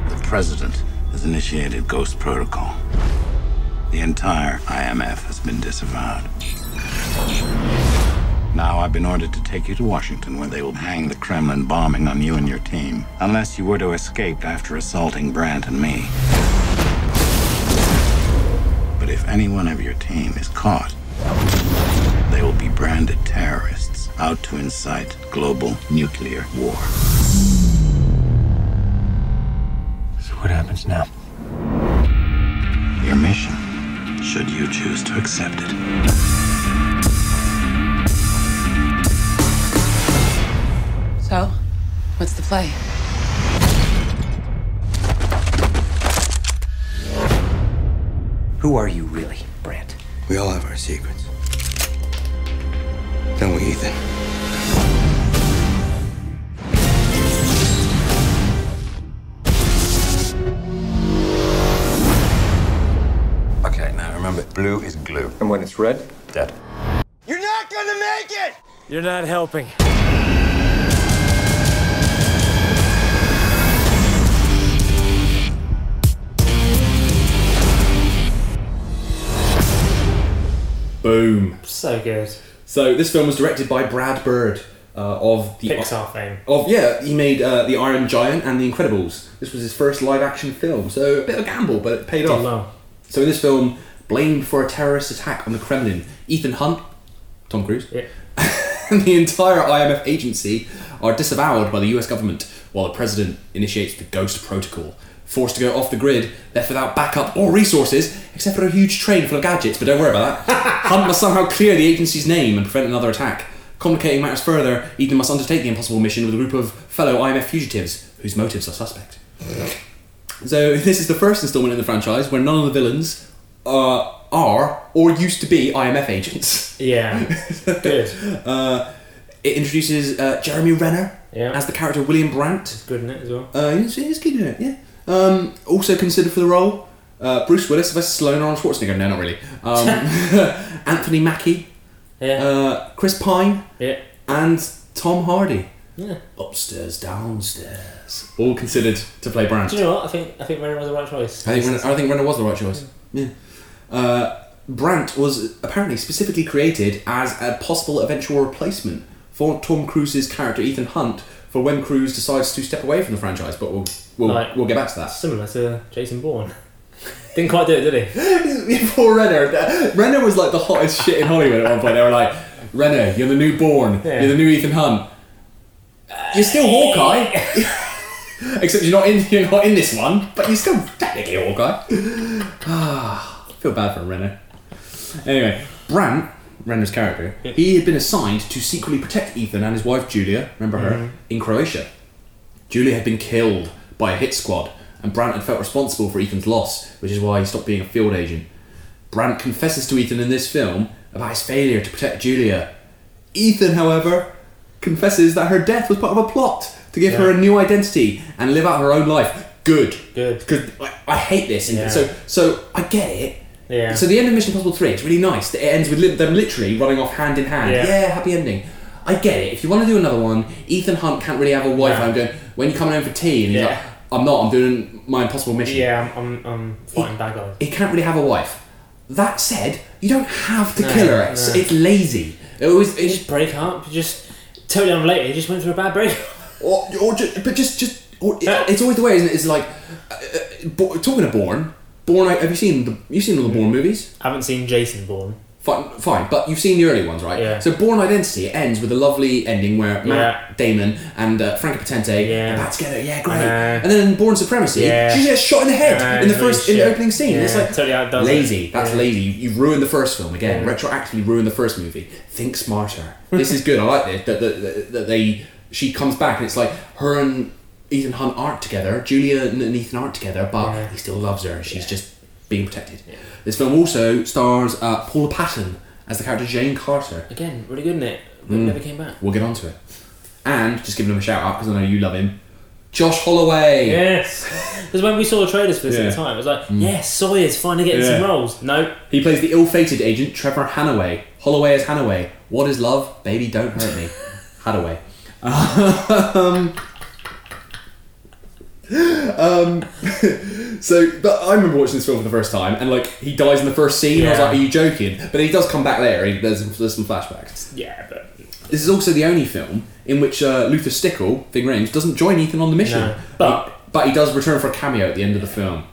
P: The president has initiated ghost protocol. The entire IMF has been disavowed. Now I've been ordered to take you to Washington where they will hang the Kremlin bombing on you and your team, unless you were to escape after assaulting Brandt and me. But if any one of your team is caught, they will be branded terrorists out to incite global nuclear war. So, what happens now? Your mission, should you choose to accept it,
Q: So, what's the play?
U: Who are you really, Brant? We all have our secrets. Don't we, Ethan?
T: Okay, now remember, blue is glue. And when it's red, dead.
M: You're not gonna make it!
W: You're not helping.
C: Boom.
A: So good.
C: So, this film was directed by Brad Bird uh, of the.
A: Pixar fame.
C: Of yeah, he made uh, the Iron Giant and the Incredibles. This was his first live-action film, so a bit of a gamble, but it paid
A: Did
C: off.
A: well.
C: So in this film, blamed for a terrorist attack on the Kremlin, Ethan Hunt, Tom Cruise, and the entire IMF agency are disavowed by the U.S. government, while the president initiates the Ghost Protocol. Forced to go off the grid, left without backup or resources, except for a huge train full of gadgets. But don't worry about that. Hunt must somehow clear the agency's name and prevent another attack. Complicating matters further, Ethan must undertake the impossible mission with a group of fellow IMF fugitives whose motives are suspect. So this is the first instalment in the franchise where none of the villains uh, are or used to be IMF agents.
A: Yeah. Good.
C: Uh, it introduces uh, Jeremy Renner
A: Yeah.
C: as the character William Brandt.
A: It's good in it as well.
C: Uh, he's, he's good in it, yeah. Um, also considered for the role, uh, Bruce Willis, Sylvester Stallone, Arnold Schwarzenegger. No, not really. Um, Anthony Mackie,
A: Yeah.
C: uh, Chris Pine,
A: yeah.
C: and Tom Hardy.
A: Yeah.
C: Upstairs, downstairs. All considered to play Brandt.
A: Do you know what? I think I think Renner was the right choice.
C: I think Renner, I think Renner was the right choice. Yeah. Uh, Brandt was apparently specifically created as a possible eventual replacement for Tom Cruise's character Ethan Hunt for when Cruise decides to step away from the franchise. But we'll we'll,
A: Like-
C: we'll get back to that.
A: Similar to Jason Bourne. Didn't quite do it, did he?
C: Poor Renner. Renner was like the hottest shit in Hollywood at one point. They were like, Renner, you're the new Bourne.
A: Yeah.
C: You're the new Ethan Hunt. You're still Hawkeye. Except you're not in you're not in this one, but you're still technically Hawkeye. Ah, I feel bad for Renner. Anyway, Brant, Renner's character, he had been assigned to secretly protect Ethan and his wife Julia, remember her,
A: Mhm.
C: in Croatia. Julia had been killed by a hit squad, and Brant had felt responsible for Ethan's loss, which is why he stopped being a field agent. Brant confesses to Ethan in this film about his failure to protect Julia. Ethan, however, confesses that her death was part of a plot to give her a new identity and live out her own life. Good.
A: Good.
C: Because I, I hate this. And
A: Yeah.
C: So, so I get it.
A: Yeah.
C: So the end of Mission Impossible Three, it's really nice that it ends with li- them literally running off hand in hand.
A: Yeah.
C: Yeah, happy ending. I get it. If you want to do another one, Ethan Hunt can't really have a wife. I'm going, when you coming home for tea? And he's
A: Yeah.
C: like, I'm not. I'm doing my impossible mission.
A: Yeah, I'm, I'm, I'm fighting bad guys.
C: He can't really have a wife. That said, you don't have to
A: No,
C: kill her. It's,
A: no.
C: it's lazy. It always it just
A: break up. Just totally unrelated. You just went through a bad break.
C: Or, or just, but just, just, or, it- it's always the way, isn't it? It's like uh, uh, Bo- talking of Bourne. Bourne. Have you seen the? You've seen all the Bourne
A: Mm.
C: movies?
A: haven't seen Jason Bourne.
C: Fine, fine, but you've seen the early ones, right?
A: Yeah.
C: So Bourne Identity ends with a lovely ending where Matt Damon and uh, Frankie Potente
A: Yeah.
C: are back together. Yeah, great.
A: Nah.
C: And then in Bourne Supremacy,
A: Yeah.
C: she gets shot in the head
A: Nah,
C: in the
A: it's
C: first
A: really
C: in the
A: shit.
C: opening scene.
A: Yeah,
C: It's like
A: totally outdoes it.
C: lazy. That's
A: Yeah.
C: lazy. You, you ruined the first film again.
A: Yeah.
C: Retroactively ruined the first movie. Think smarter. this is good. I like this. That that, that, that they she comes back and it's like her and Ethan Hunt aren't together. Julia and and Ethan aren't together, but he still loves her. She's just being protected. This film also stars uh, Paula Patton as the character Jane Carter.
A: Again, really good, isn't it? But
C: Mm.
A: never came back.
C: We'll get onto it. And just giving him a shout out because I know you love him. Josh Holloway.
A: Yes. Because when we saw the trailers for this at
C: Yeah.
A: the time, it was like,
C: Mm.
A: yes, Sawyer's finally getting some
C: Yeah.
A: roles. No.
C: He plays the ill-fated agent Trevor Hannaway. Holloway is Hannaway. What is love? Baby, don't hurt me. Hannaway. Um, um, so, but I remember watching this film for the first time, and like he dies in the first scene. I was
A: Yeah.
C: like, "Are you joking?" But he does come back later. He, there's, there's some flashbacks.
A: Yeah, but
C: This is also the only film in which uh, Luther Stickle, Ving Rhames, doesn't join Ethan on the mission,
A: No, but-
C: he, but he does return for a cameo at the end of the film.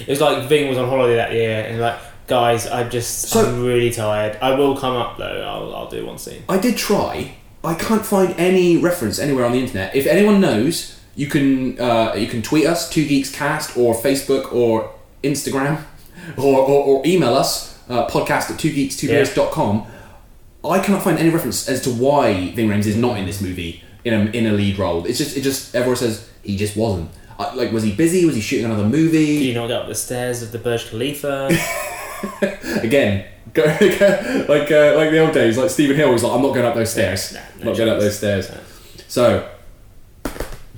A: it was like Ving was on holiday that year and like, guys, I'm just, I'm really tired. I will come up though. I'll, I'll do one scene.
C: I did try. I can't find any reference anywhere on the internet. If anyone knows, you can uh, you can tweet us two geeks cast or Facebook or Instagram or, or, or email us uh, podcast at two geeks two beers dot com. I cannot find any reference as to why Ving Rhames is not in this movie in a, in a lead role. It's just it just everyone says he just wasn't. Uh, like was he busy? Was he shooting another movie?
A: Did you not get up the stairs of the Burj Khalifa?
C: again, go, go- like uh, like the old days, like Stephen Hill was like, "I'm not going up those stairs, not going up those stairs." So,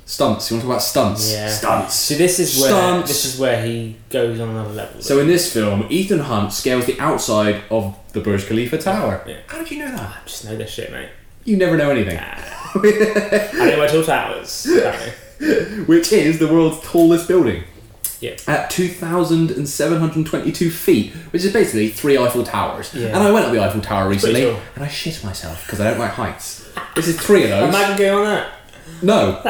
C: stunts. You want to talk about stunts?
A: yeah.
C: Stunts.
A: So this is where
C: Stunts.
A: this is where he goes on another level.
C: So in this film, Ethan Hunt scales the outside of the Burj Khalifa tower. How did you know that?
A: I just know this shit, mate.
C: You never know anything.
A: Ah. I know where Tall Towers. apparently.
C: Which is the world's tallest building.
A: Yeah.
C: At 2,722 feet, which is basically three Eiffel Towers.
A: Yeah.
C: And I went up the Eiffel Tower
A: It's pretty
C: recently,
A: tall.
C: and I shit myself because I don't like heights. This is three of those.
A: Imagine going on that.
C: No.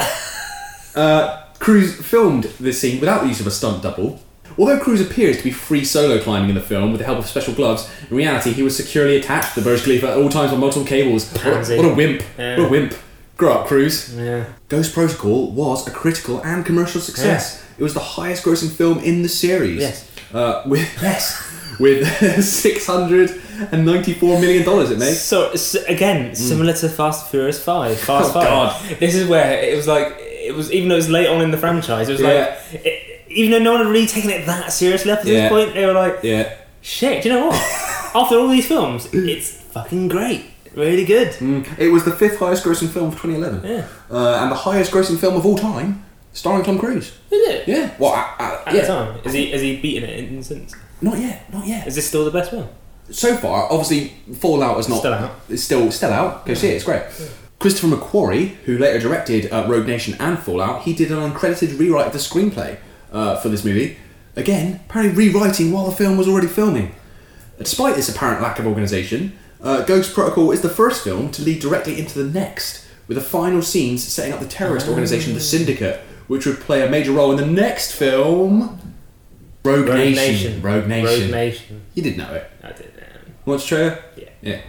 C: uh, Cruz filmed this scene without the use of a stunt double. Although Cruz appears to be free solo climbing in the film with the help of special gloves, in reality he was securely attached to the Burj Khalifa at all times on multiple cables. What
A: Pansy.
C: a, what a wimp.
A: Yeah.
C: What a wimp. Grow up, Cruz.
A: Yeah.
C: Ghost Protocol was a critical and commercial success. It was the highest grossing film in the series.
A: Yes.
C: Uh, with, yes. With $694 million it made.
A: So, s again, similar to Fast and Furious Five. Fast
C: Oh,
A: Five.
C: God.
A: This is where it was like it was even though it was late on in the franchise, it was
C: Yeah.
A: like it, even though no one had really taken it that seriously up to
C: Yeah.
A: this point, they were like,
C: Yeah.
A: "Shit, do you know what? After all these films, it's fucking great, really good."
C: It was the fifth highest grossing film of 2011.
A: Yeah.
C: Uh, and the highest grossing film of all time, starring Tom Cruise.
A: Is it?
C: Yeah. Well, I, I,
A: At
C: yeah.
A: the time, is he has he beaten it in since?
C: Not yet. Not yet.
A: Is this still the best one?
C: So far, obviously, Fallout is not.
A: Still out.
C: It's still, still out. Go see it, it's great. Christopher McQuarrie, who later directed uh, Rogue Nation and Fallout, he did an uncredited rewrite of the screenplay uh, for this movie. Again, apparently rewriting while the film was already filming. Despite this apparent lack of organisation, uh, Ghost Protocol is the first film to lead directly into the next, with the final scenes setting up the terrorist organisation, the Syndicate, which would play a major role in the next film, Rogue, Nation. Rogue Nation.
A: Rogue Nation.
C: You did know it.
A: I did. Um,
C: Watch the trailer?
A: Yeah.
C: Yeah.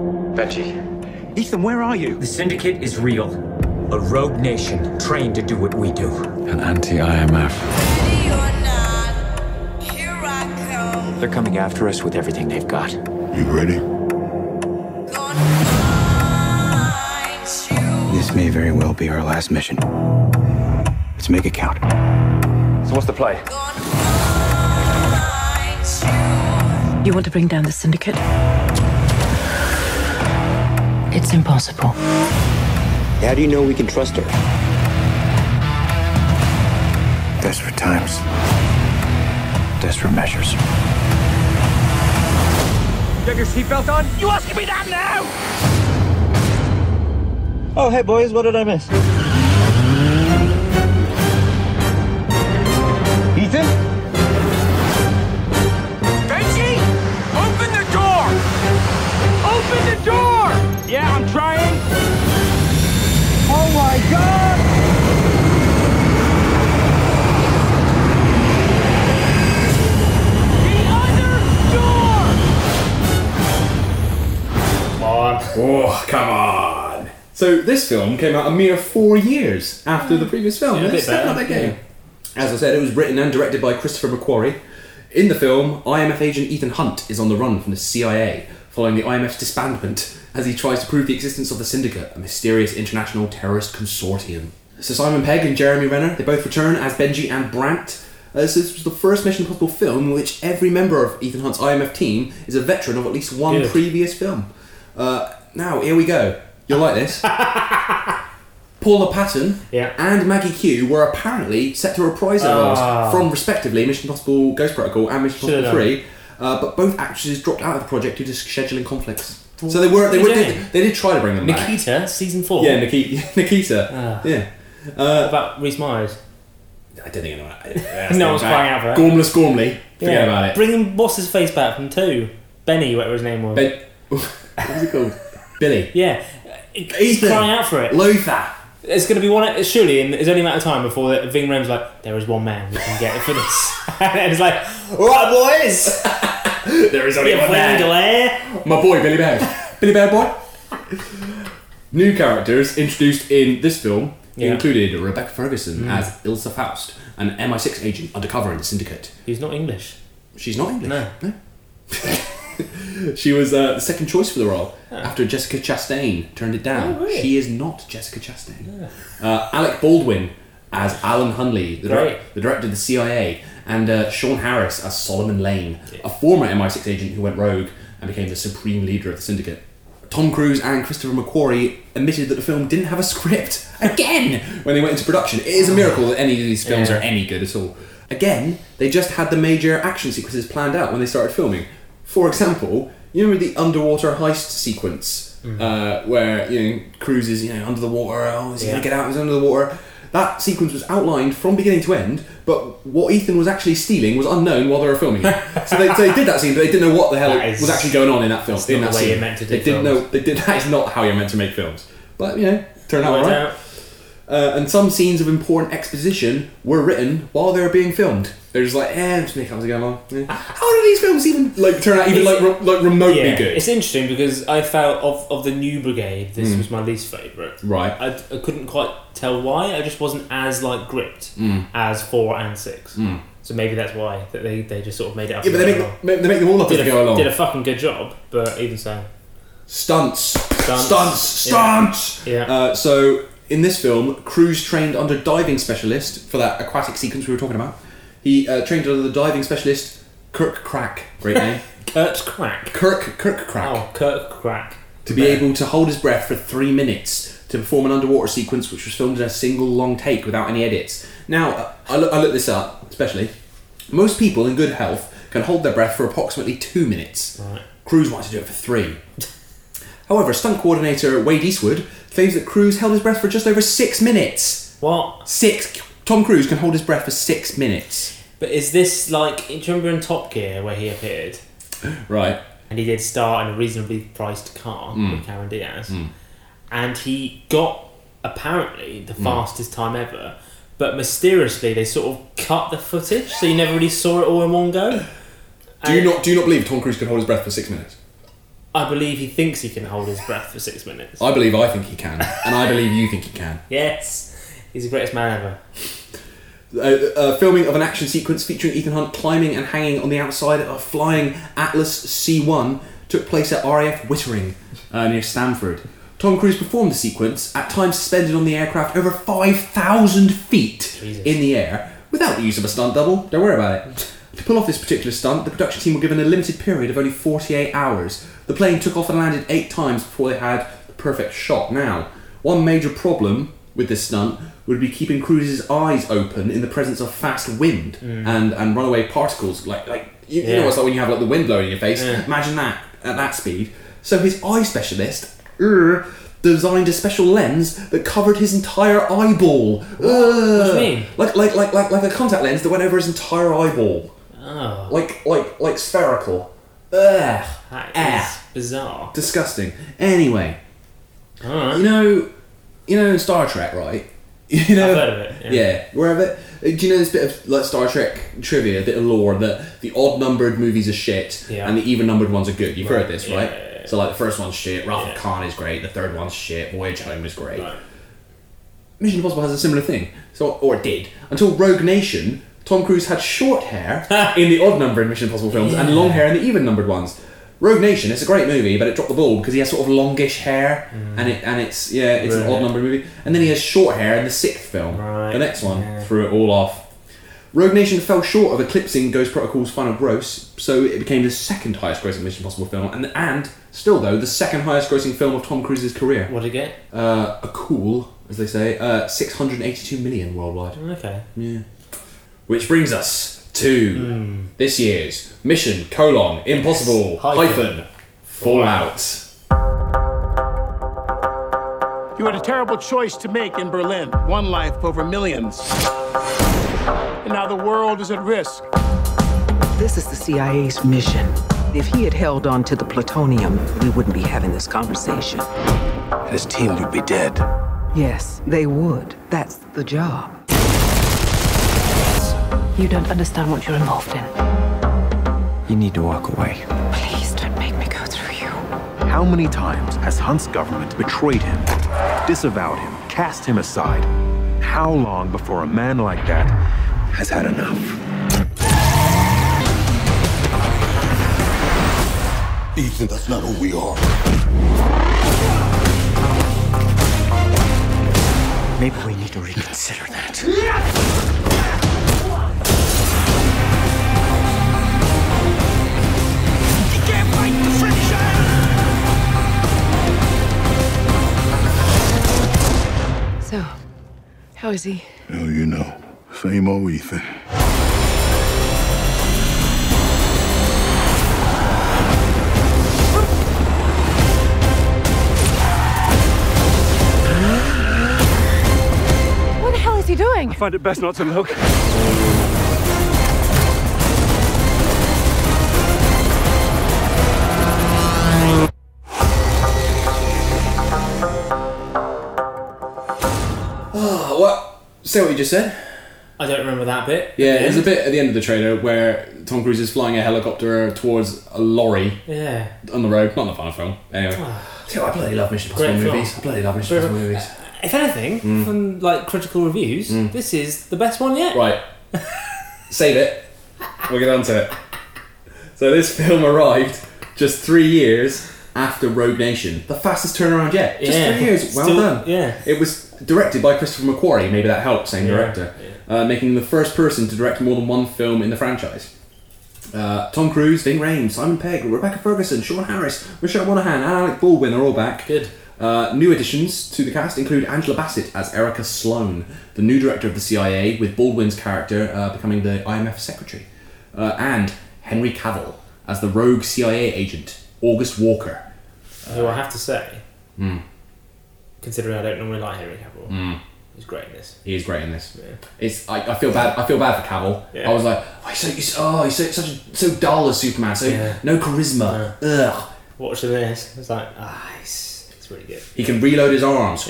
W: Benji. Ethan, where are you? The syndicate is real. A rogue nation trained to do what we do.
T: An anti IMF.
W: They're coming after us with everything they've got.
P: You ready?
U: This may very well be our last mission. Let's make it count.
W: So, what's the play?
F: You want to bring down the syndicate? It's impossible.
U: How do you know we can trust her? Desperate times. Desperate measures.
M: You have your seatbelt on? You asking me that now? Oh, hey, boys, what did I miss? Ethan? Benji? Open the door! Open the door! Yeah, I'm trying. Oh my god!
C: Come on. Oh, come on. So this film came out a mere four years after the previous film.
A: Yeah, a
C: They're
A: bit
C: stepping
A: better.
C: up their game. As I said, it was written and directed by Christopher McQuarrie. In the film, IMF agent Ethan Hunt is on the run from the CIA following the IMF's disbandment as he tries to prove the existence of the Syndicate, a mysterious international terrorist consortium. So Simon Pegg and Jeremy Renner, they both return as Benji and Brandt. Uh, so this was the first Mission Impossible film in which every member of Ethan Hunt's IMF team is a veteran of at least one
A: Good.
C: previous film. Uh, now, here we go. You'll like this. Paula Patton and Maggie Q were apparently set to reprise their roles
A: Ah.
C: from respectively Mission Impossible Ghost Protocol and Mission
A: Should've
C: Impossible
A: done.
C: 3, uh, but both actresses dropped out of the project due to scheduling conflicts. So they were they, were,
A: Really?
C: did, they did try to bring them back.
A: Nikita, Ah. season four.
C: Yeah, Nikita. Nikita. yeah. Uh,
A: about Reese Myers.
C: I don't think I
A: know. no one's crying out for it.
C: Gormless Gormley. Forget
A: Yeah.
C: about it.
A: Bring him, what's his face back from two? Benny, whatever his name was.
C: Ben- What's it called? Billy.
A: Yeah. He's crying out for it.
C: Luther.
A: It's going to be one, e- surely, and it's only a matter of time before that Ving Rhames like, there is one man we can get for this. and it's like, alright, boys!
C: there is only
A: You
C: one man.
A: Flangalais.
C: My boy, Billy Bear. Billy Bear boy. New characters introduced in this film
A: Yeah.
C: included Rebecca Ferguson
A: Mm.
C: as Ilsa Faust, an MI6 agent undercover in the Syndicate.
A: He's not English.
C: She's not English.
A: No.
C: She was uh, the second choice for the role after Jessica Chastain turned it down.
A: Oh, really?
C: She is not Jessica Chastain. Uh, Alec Baldwin as Alan Hunley, the, direc- the director of the CIA, and uh, Sean Harris as Solomon Lane, a former MI6 agent who went rogue and became the supreme leader of the syndicate. Tom Cruise and Christopher McQuarrie admitted that the film didn't have a script again when they went into production. It is a miracle that any of these films
A: Yeah.
C: are any good at all. Again, they just had the major action sequences planned out when they started filming. For example, you remember the underwater heist sequence
A: Mhm.
C: uh, where you know Cruise is you know under the water. Oh, is he gonna
A: Yeah.
C: get out? He's under the water. That sequence was outlined from beginning to end, but what Ethan was actually stealing was unknown while they were filming it. So they, so they did that scene, but they didn't know what the hell
A: That is-
C: was actually going on in that film.
A: That's
C: in
A: not
C: that
A: the way
C: scene.
A: you're meant to do
C: They didn't
A: films.
C: know. They did. That is not how you're meant to make films. But you know, turned out
A: Worked
C: alright.
A: out.
C: Uh, and some scenes of important exposition were written while they were being filmed. They're just like, eh, just make up as they go along. Eh. How do these films even like turn out even like
A: It's-
C: re- like remotely
A: Yeah,
C: good?
A: It's interesting because I felt of, of the new brigade, this
C: Mm.
A: was my least favourite.
C: Right.
A: I, I couldn't quite tell why. I just wasn't as like gripped
C: Mm.
A: as four and six.
C: Mm.
A: So maybe that's why that they, they just sort of made it up.
C: Yeah, but
A: as
C: they
A: go
C: make- they make them all up as
A: did
C: they
A: a,
C: go along.
A: Did a fucking good job, but even so,
C: Stunts,
A: Stunts.
C: stunts, stunts.
A: Yeah.
C: Uh, so in this film, Cruz trained under diving specialist for that aquatic sequence we were talking about. He uh, trained under the diving specialist Kirk Crack. Great name.
A: Kurt Crack.
C: Kirk Kirk Crack.
A: Oh, Kurt Crack.
C: to be able to hold his breath for three minutes to perform an underwater sequence which was filmed in a single long take without any edits. Now, uh, I look, I look this up, especially. Most people in good health can hold their breath for approximately two minutes.
A: Right.
C: Cruz wanted to do it for three. However, stunt coordinator Wade Eastwood claims that Cruz held his breath for just over six minutes.
A: What?
C: Six. Tom Cruise can hold his breath for six minutes.
A: But is this like do you remember in Top Gear where he appeared?
C: Right.
A: And he did star in a reasonably priced car
C: Mm.
A: with Cameron Diaz,
C: Mm.
A: and he got apparently the
C: Mm.
A: fastest time ever. But mysteriously, they sort of cut the footage, so you never really saw it all in one go.
C: Do you not do you not believe Tom Cruise can hold his breath for six minutes?
A: I believe he thinks he can hold his breath for six minutes.
C: I believe I think he can, and I believe you think he can.
A: Yes, he's the greatest man ever.
C: uh, uh, filming of an action sequence featuring Ethan Hunt climbing and hanging on the outside of a flying Atlas C1 took place at RAF Wittering uh, near Stamford. Tom Cruise performed the sequence, at times suspended on the aircraft over 5,000 feet in the air, without the use of a stunt double. Don't worry about it. To pull off this particular stunt, the production team were given a limited period of only 48 hours. The plane took off and landed eight times before they had the perfect shot. Now, one major problem with this stunt would be keeping Cruise's eyes open in the presence of fast wind
A: Mm.
C: and, and runaway particles. Like, like you, you know
A: Yeah.
C: what's like when you have like the wind blowing in your face?
A: Yeah.
C: Imagine that. at that speed. So his eye specialist er, designed a special lens that covered his entire eyeball. What,
A: What do you mean?
C: Like, like, like, like, like a contact lens that went over his entire eyeball.
A: Oh.
C: Like, like, like spherical. Ugh.
A: That
C: Eh.
A: is bizarre.
C: Disgusting. Anyway, you know, you know Star Trek, right? You know,
A: I've heard of it, yeah.
C: wherever. Uh, Do you know this bit of like Star Trek trivia, a bit of lore that the odd numbered movies are shit
A: Yeah.
C: and the even numbered ones are good. You've
A: Right,
C: heard this,
A: yeah,
C: right?
A: yeah, yeah.
C: So like the first one's shit, Wrath of Khan is great, the third one's shit, Voyage Home is great. Mission Impossible has a similar thing, so or it did until Rogue Nation. Tom Cruise had short hair in the odd numbered Mission Impossible films and
A: Yeah.
C: long hair in the even numbered ones. Rogue Nation is a great movie, but it dropped the ball because he has sort of longish hair and it and it's yeah it's an
A: Right.
C: odd numbered movie. And then he has short hair in the sixth film, the next one threw it all off. Rogue Nation fell short of eclipsing Ghost Protocol's final gross, so it became the second highest grossing Mission Impossible film, and and still though the second highest grossing film of Tom Cruise's career.
A: What did it get?
C: Uh, a cool, as they say, uh, 682 million worldwide.
A: Oh, Okay.
C: Yeah. Which brings us to this year's Mission colon Impossible hyphen, Fallout.
H: You had a terrible choice to make in Berlin one life over millions. And now the world is at risk.
J: This is the CIA's mission. If he had held on to the plutonium, we wouldn't be having this conversation.
U: His team would be dead.
J: Yes, they would. That's the job.
F: You don't understand what you're involved in.
U: You need to walk away.
F: Please don't make me go through you.
K: How many times has Hunt's government betrayed him, disavowed him, cast him aside? How long before a man like that has had enough?
X: Ethan, that's not who we are.
W: Maybe we need to reconsider that.
F: So, how is he?
X: Oh, you know, same old Ethan.
F: What the hell is he doing?
H: I find it best not to look.
C: Oh, what? Say what you just said.
A: I don't remember that bit.
C: Yeah, there's a bit at the end of the trailer where Tom Cruise is flying a helicopter towards a lorry
A: Yeah.
C: on the road. Not in the final film. Anyway. See, I bloody love Mission Impossible
A: Great film.
C: movies. I bloody love Mission Impossible movies.
A: If anything,
C: Mm.
A: from like critical reviews,
C: Mm.
A: this is the best one yet.
C: Right. Save it. We'll get on to it. So this film arrived just three years after Rogue Nation. The fastest turnaround yet. Just
A: Yeah.
C: three years. Well
A: Still-
C: done.
A: yeah.
C: It was directed by Christopher McQuarrie. Maybe that helped, same
A: Yeah.
C: director. Uh, making him the first person to direct more than one film in the franchise. Uh, Tom Cruise, Ving Rhames, Simon Pegg, Rebecca Ferguson, Sean Harris, Michelle Monaghan, and Alec Baldwin are all back. Good. Uh, new additions to the cast include Angela Bassett as Erica Sloan, the new director of the CIA, with Baldwin's character uh, becoming the IMF secretary, uh, and Henry Cavill as the rogue CIA agent August Walker.
A: Who I have to say,
C: Hmm.
A: considering I don't normally like Henry Cavill,
C: Mm.
A: he's great in this.
C: He is great in this. It's I, I feel bad. I feel bad for Cavill.
A: Yeah.
C: I was like, oh, he's so, he's, oh, he's so, such a, so dull as Superman. So
A: Yeah.
C: no charisma. Ugh.
A: Watching this, it's like, ah, it's, it's really good.
C: He can reload his arms.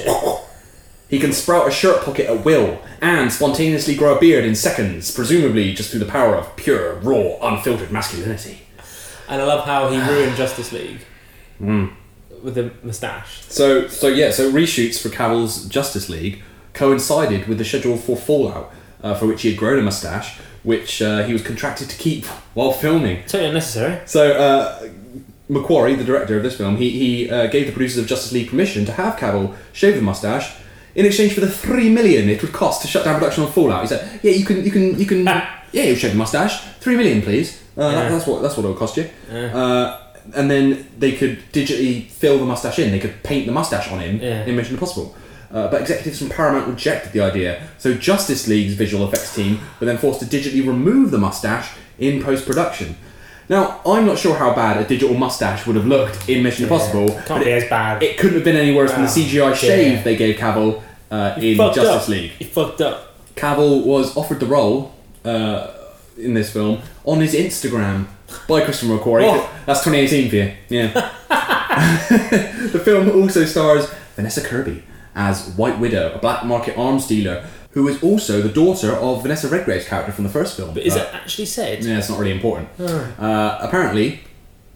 C: He can sprout a shirt pocket at will and spontaneously grow a beard in seconds, presumably just through the power of pure, raw, unfiltered masculinity.
A: And I love how he ruined Justice League
C: Mm.
A: with the moustache.
C: So, so yeah, so reshoots for Cavill's Justice League coincided with the schedule for Fallout, uh, for which he had grown a mustache, which uh, he was contracted to keep while filming.
A: Totally unnecessary.
C: So, uh, Macquarie, the director of this film, he, he uh, gave the producers of Justice League permission to have Cavill shave the mustache in exchange for the three million it would cost to shut down production on Fallout. He said, "Yeah, you can, you can, you can. yeah, you shave the mustache. Three million, please. Uh, that-
A: Yeah.
C: that's what that's what it'll cost you."
A: Yeah.
C: Uh, and then they could digitally fill the mustache in. They could paint the mustache on him
A: Yeah.
C: in Mission Impossible. Uh, but executives from Paramount rejected the idea, so Justice League's visual effects team were then forced to digitally remove the mustache in post production. Now, I'm not sure how bad a digital mustache would have looked in Mission Impossible.
A: Can't
C: but
A: be
C: it,
A: as bad.
C: it couldn't have been any worse than the
A: Wow.
C: CGI shave
A: Yeah.
C: they gave Cavill uh, in
A: fucked
C: Justice
A: up.
C: League.
A: He fucked up.
C: Cavill was offered the role uh, in this film on his Instagram by Christopher McQuarrie.
A: Oh.
C: That's 2018 for you. Yeah. the film also stars Vanessa Kirby as White Widow, a black market arms dealer who is also the daughter of Vanessa Redgrave's character from the first film.
A: But is
C: Uh,
A: it actually said?
C: Yeah, it's not really important.
A: Alright.
C: Uh, apparently,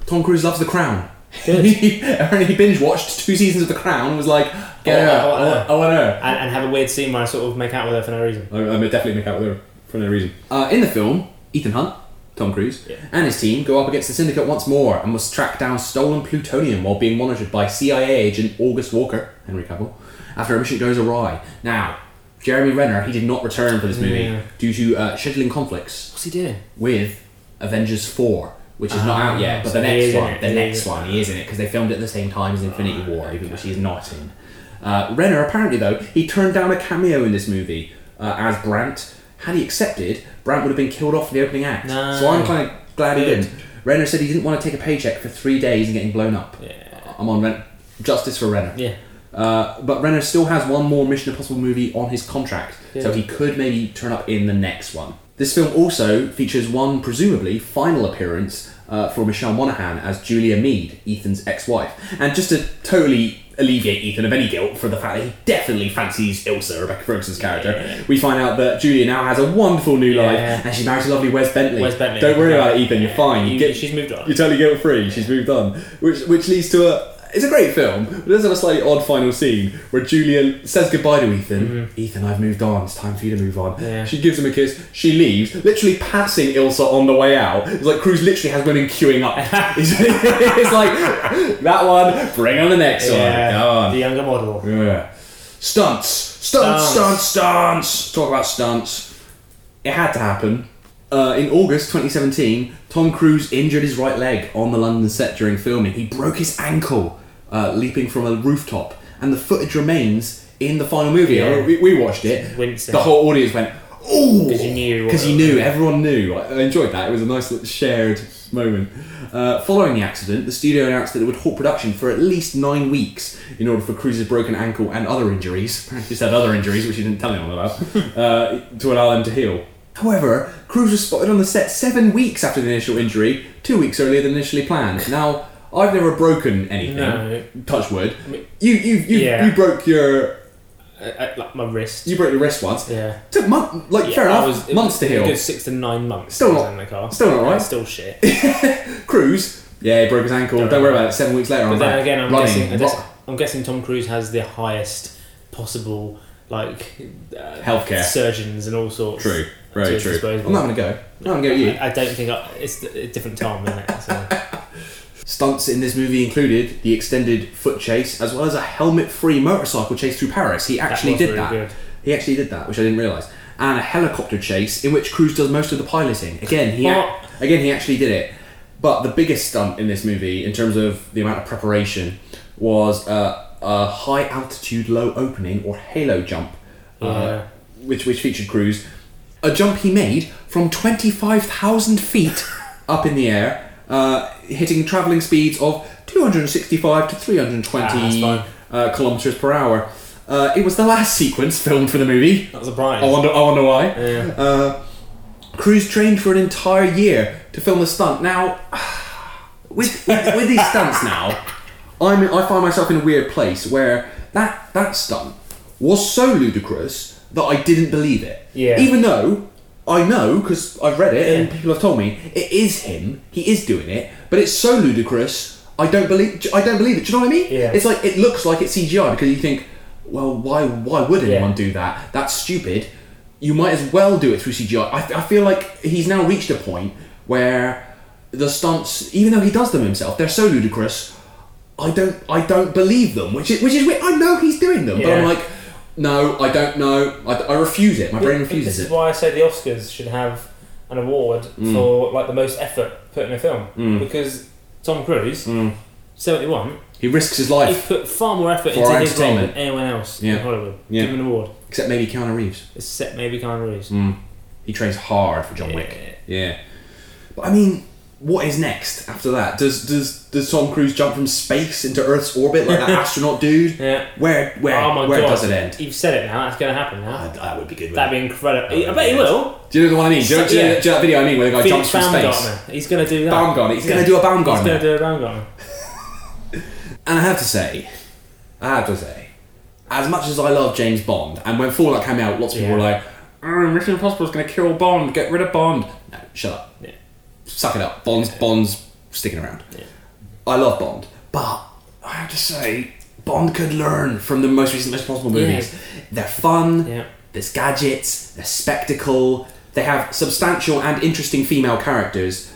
C: Tom Cruise loves The Crown. He- apparently, he binge watched two seasons of The Crown and was like, get her, I want her, I want her.
A: And, and have a weird scene where I sort of make out with her for no reason.
C: I, I definitely make out with her for no reason. Uh, in the film, Ethan Hunt, Tom Cruise, and his team go up against the Syndicate once more and must track down stolen plutonium while being monitored by CIA agent August Walker, Henry Cavill, after a mission goes awry. Now, Jeremy Renner, he did not return for this movie
A: Yeah.
C: due to uh, scheduling conflicts. What's
A: he doing?
C: With Avengers 4. Which is not
A: Ah,
C: out yet, but
A: so
C: the
A: he
C: next
A: is in
C: one,
A: it. Ah,
C: the
A: He
C: next
A: is.
C: one, he is in it because they filmed it at the same time as Infinity War, even which he is not in. Uh, Renner, apparently, though, he turned down a cameo in this movie uh, as Brant. Had he accepted, Brant would have been killed off in the opening act.
A: No.
C: So I'm kind of glad he
A: Good.
C: didn't. Renner said he didn't want to take a paycheck for three days and getting blown up. I'm on Renner. Justice for Renner.
A: Yeah.
C: Uh, but Renner still has one more Mission Impossible movie on his contract, so
A: Yeah.
C: he could maybe turn up in the next one. This film also features one presumably final appearance uh, for Michelle Monaghan as Julia Mead, Ethan's ex-wife, and just to totally alleviate Ethan of any guilt for the fact that he definitely fancies Ilsa, Rebecca Ferguson's character, we find out that Julia now has a wonderful new life,
A: Yeah.
C: and she's married to lovely Wes Bentley.
A: Wes Bentley.
C: Don't worry about it, Ethan. You're fine. You
A: You-
C: get-
A: she's moved on.
C: You're totally guilt free. She's moved on, which which leads to a. It's a great film, but it does have a slightly odd final scene where Julia says goodbye to Ethan. Ethan, I've moved on. It's time for you to move on.
A: Mm-hmm. Yeah.
C: She gives him a kiss. She leaves, literally passing Ilsa on the way out. It's like Cruz literally has women queuing up. it's it's like that one. Bring on the next
A: Yeah,
C: one. Come on.
A: The younger model.
C: Yeah. Stunts.
A: Stunts.
C: Stunts, stunts, stunts. Talk about stunts. It had to happen. Uh, in August 2017, Tom Cruise injured his right leg on the London set during filming. He broke his ankle uh, leaping from a rooftop, and the footage remains in the final movie.
A: Yeah.
C: We, we watched it.
A: Wincing.
C: The whole audience went, "Oh!"
A: Because you knew. what-
C: Because you knew, everyone knew. I I enjoyed that. It was a nice little shared moment. Uh, following the accident, the studio announced that it would halt production for at least nine weeks in order for Cruz's broken ankle and other injuries. Apparently, he's had other injuries, which he didn't tell anyone about, uh, to allow them to heal. However, Cruz was spotted on the set seven weeks after the initial injury, two weeks earlier than initially planned. Now, I've never broken anything.
A: No.
C: Touch wood. You, you, you,
A: Yeah.
C: you broke your.
A: Uh, uh, like my wrist.
C: You broke your wrist once.
A: Yeah.
C: Took month, like
A: Yeah,
C: fair
A: I
C: enough,
A: was- it was
C: months to
A: a
C: heal.
A: good six to nine months.
C: Still
A: I was
C: not-
A: in the car.
C: still not right.
A: Yeah, Still shit.
C: Cruz. Yeah, he broke his ankle. Don't, worry about it. Seven weeks later,
A: But
C: I'm
A: then
C: back.
A: again, I'm
C: running.
A: guessing, I
C: Ro-
A: guess- I'm guessing Tom Cruise has the highest possible like uh,
C: Healthcare.
A: surgeons and all sorts.
C: True. Very
A: to his
C: true.
A: disposal.
C: I'm not gonna go. I'm not gonna go with you.
A: I, I don't think I, it's a different time, isn't it? So.
C: Stunts in this movie included the extended foot chase, as well as a helmet-free motorcycle chase through Paris. He actually
A: was
C: did
A: really
C: that.
A: good.
C: He actually did that, which I didn't realise. And a helicopter chase in which Cruz does most of the piloting. Again, he ac-
A: What?
C: again he actually did it. But the biggest stunt in this movie, in terms of the amount of preparation, was uh, a high altitude low opening or halo jump,
A: Yeah.
C: uh, which which featured Cruz. A jump he made from twenty five thousand feet up in the air, uh, hitting travelling speeds of two hundred and sixty five to three hundred and twenty
A: Ah,
C: uh, kilometers per hour. Uh, it was the last sequence filmed for the movie.
A: That was a surprise.
C: I wonder. I wonder why.
A: Yeah.
C: Uh, Cruise trained for an entire year to film the stunt. Now, with with, with these stunts now, I'm I find myself in a weird place where that that stunt was so ludicrous that I didn't believe it.
A: Yeah.
C: Even though I know because I've read it and people have told me it is him. He is doing it, but it's so ludicrous. I don't believe. I don't believe it. Do you know what I mean?
A: Yeah.
C: It's like it looks like it's CGI because you think, well, why why would
A: Yeah.
C: anyone do that? That's stupid. You might as well do it through CGI. I, I feel like he's now reached a point where the stunts, even though he does them himself, they're so ludicrous. I don't I don't believe them, which is which is weird. I know he's doing them, but I'm
A: Yeah.
C: like, no, I don't know. I, I refuse it. My brain
A: This
C: refuses
A: is
C: it.
A: why I say the Oscars should have an award
C: Mm.
A: for like the most effort put in a film
C: Mm.
A: because Tom Cruise, seventy-one,
C: He risks his
A: he
C: life,
A: put far more effort
C: For
A: into
C: our
A: his role than
C: entertainment.
A: anyone else
C: Yeah.
A: in Hollywood.
C: Yeah.
A: Give him an award,
C: except maybe Keanu Reeves.
A: except maybe Keanu Reeves.
C: Mm. He trains hard for John Wick. Yeah. But I mean, what is next after that? Does does does Tom Cruise jump from space into Earth's orbit like that astronaut dude?
A: Yeah.
C: Where where
A: oh my
C: where
A: God.
C: does it end?
A: You've said it now. That's going to happen now.
C: that would be good.
A: That'd be incredible. I bet he will.
C: Do you know the one I mean? Do you, know- do you know-
A: Yeah.
C: do you know that video I mean where the guy
A: Felix
C: jumps from space?
A: Baumgartner. He's going to do that.
C: Baumgartner. He's gonna do a
A: He's
C: Baumgartner.
A: going to do a Baumgartner.
C: And I have to say, I have to say, as much as I love James Bond, and when Fallout came out, lots of people were like, "Oh, Mission Impossible is going to kill Bond. Get rid of Bond." No, shut up. Suck it up. Bond's Bond's sticking around. I love Bond, but I have to say, Bond could learn from the most recent Mission Impossible
A: Yeah.
C: movies. They're fun. There's gadgets. There's spectacle. They have substantial and interesting female characters.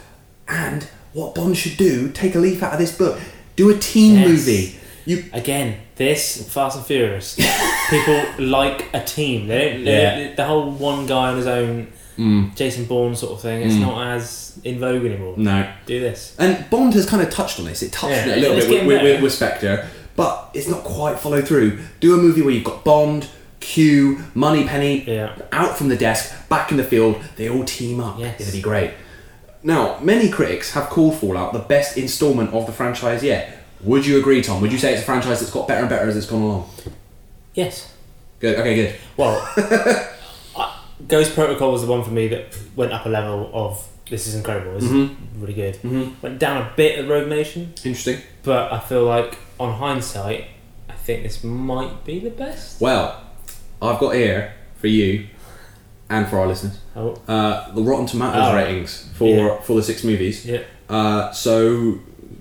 C: And what Bond should do, take a leaf out of this book. Do a teen
A: Yes.
C: movie. You
A: again this and Fast and Furious. People like a team. They don't. they-
C: Yeah.
A: the whole one guy on his own,
C: Mm.
A: Jason Bourne sort of thing. It's
C: Mm.
A: not as in vogue anymore.
C: No.
A: do this.
C: And Bond has kind of touched on this. It touched
A: Yeah,
C: on it a little
A: it's
C: bit with,
A: getting
C: with,
A: better.
C: with, with Spectre, but it's not quite followed through. Do a movie where you've got Bond, Q, Money Penny, out from the desk, back in the field. They all team up. It'd be great. Now, many critics have called Fallout the best instalment of the franchise yet. Would you agree, Tom? Would you say it's a franchise that's got better and better as it's gone along?
A: Yes.
C: Good. Okay. Good.
A: Well, I- Ghost Protocol was the one for me that went up a level of this is incredible. This
C: Mhm.
A: is really good.
C: Mhm.
A: Went down a bit at Rogue Nation.
C: Interesting.
A: But I feel like on hindsight, I think this might be the best.
C: Well, I've got here for you and for our listeners
A: Oh.
C: uh, the Rotten Tomatoes
A: Oh.
C: ratings for for the six movies.
A: Yeah.
C: Uh, so,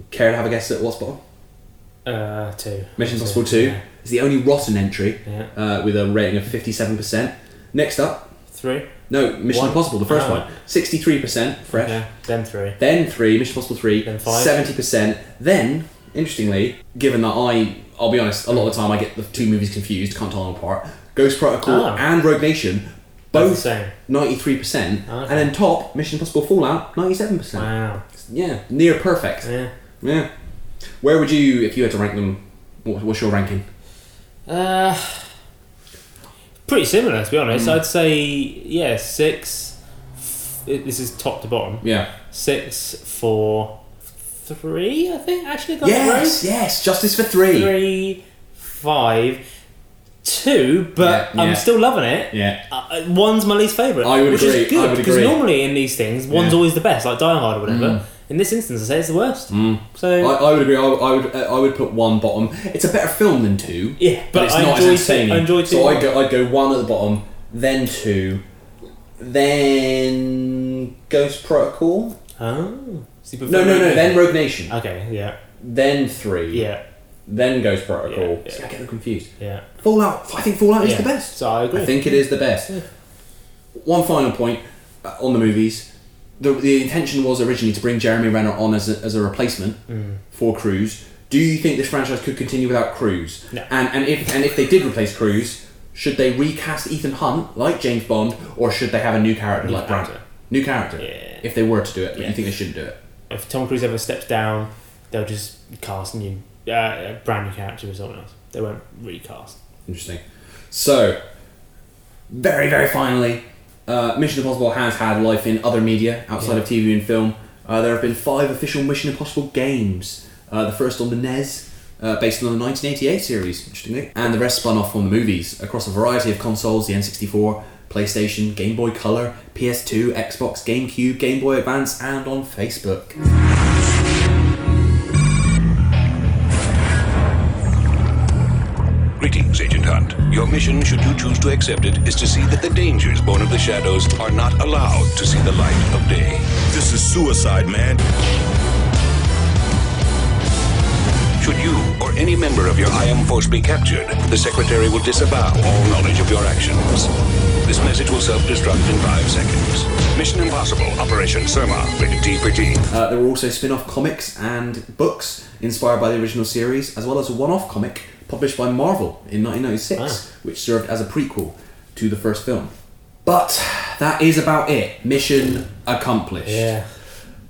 C: care to have a guess at what's bottom?
A: Uh, two.
C: Mission Impossible Two
A: Yeah.
C: is the only rotten entry
A: Yeah.
C: uh, with a rating of fifty-seven percent. Next up,
A: Three.
C: no Mission
A: One.
C: Impossible, the first
A: Oh.
C: one, sixty-three percent fresh.
A: Yeah, then three.
C: Then three, Mission Impossible three,
A: Then five.
C: seventy percent. Then, interestingly, given that I, I'll be honest, a lot of the time I get the two movies confused, can't tell them apart. Ghost Protocol
A: Oh.
C: and Rogue Nation,
A: Both
C: both
A: the same.
C: ninety-three percent, and then top Mission Impossible Fallout, ninety-seven percent.
A: Wow.
C: Yeah, near perfect.
A: Yeah.
C: Yeah. Where would you, if you had to rank them? What, what's your ranking?
A: Uh, pretty similar, to be honest.
C: Mm.
A: I'd say, yeah, six. f- This is top to bottom.
C: Yeah.
A: Six, four, three, I think. Actually, got it
C: Yes,
A: right.
C: yes, justice for three.
A: Three, five, two, but
C: Yeah, yeah.
A: I'm still loving it.
C: Yeah.
A: Uh, uh, one's my least favourite.
C: I would
A: which
C: agree, I
A: Is good,
C: would
A: because
C: agree.
A: normally in these things, one's
C: Yeah.
A: always the best, like Die Hard or whatever.
C: Mm.
A: In this instance, I say it's the worst. So
C: Hmm. I, I would agree. I, I would. uh, I would put one bottom. It's a better film than two.
A: Yeah, but
C: it's
A: I
C: not
A: enjoy two-
C: as entertaining.
A: I enjoy two
C: So I
A: more.
C: go. I go one at the bottom, then two, then Ghost Protocol.
A: Oh. So you prefer
C: no, no,
A: Rogue
C: no.
A: Nation?
C: Then Rogue Nation.
A: Okay. Yeah.
C: Then three.
A: Uh, Yeah.
C: Then Ghost Protocol. See, I get them confused.
A: Yeah.
C: Fallout. I think Fallout is
A: Yeah.
C: the best.
A: So I agree.
C: I think it is the best. One final point uh, on the movies. The, the intention was originally to bring Jeremy Renner on as a, as a replacement
A: Mm.
C: for Cruz. Do you think this franchise could continue without Cruz?
A: No.
C: And and if and if they did replace Cruz, should they recast Ethan Hunt like James Bond, or should they have a new character
A: New
C: like Brad?
A: character.
C: New character. If they were to do it, but you think they shouldn't do it?
A: If Tom Cruise ever steps down, they'll just cast a new, uh, a brand new character with someone else. They won't recast.
C: Interesting. So, very, very finally, uh, Mission Impossible has had life in other media outside
A: Yeah.
C: of TV and film. Uh, there have been five official Mission Impossible games. Uh, the first on the NES, uh, based on the 1988 series, interestingly, and the rest spun off on the movies across a variety of consoles: the N64, PlayStation, Game Boy Color, PS2, Xbox, GameCube, Game Boy Advance, and on Facebook.
I: Greetings, Agent Hunt. Your mission, should you choose to accept it, is to see that the dangers born of the shadows are not allowed to see the light of day. This is suicide, man. Should you or any member of your IM force be captured, the Secretary will disavow all knowledge of your actions. This message will self-destruct in five seconds. Mission Impossible, Operation Surma, rated T for T.
C: Uh, there were also spin off comics and books inspired by the original series, as well as a one off comic published by Marvel in 1996, which served as a prequel to the first film. But that is about it. Mission accomplished.
A: Yeah.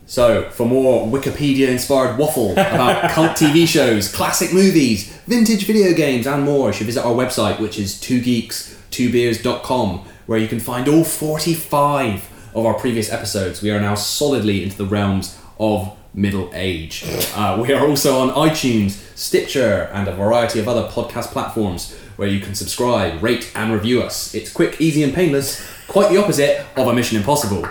C: So, for more Wikipedia inspired waffle about cult TV shows, classic movies, vintage video games, and more, you should visit our website, which is twogeeks2beers.com, where you can find all 45 of our previous episodes. We are now solidly into the realms of middle age. Uh, we are also on iTunes, Stitcher, and a variety of other podcast platforms where you can subscribe, rate, and review us. It's quick, easy, and painless. Quite the opposite of a Mission Impossible.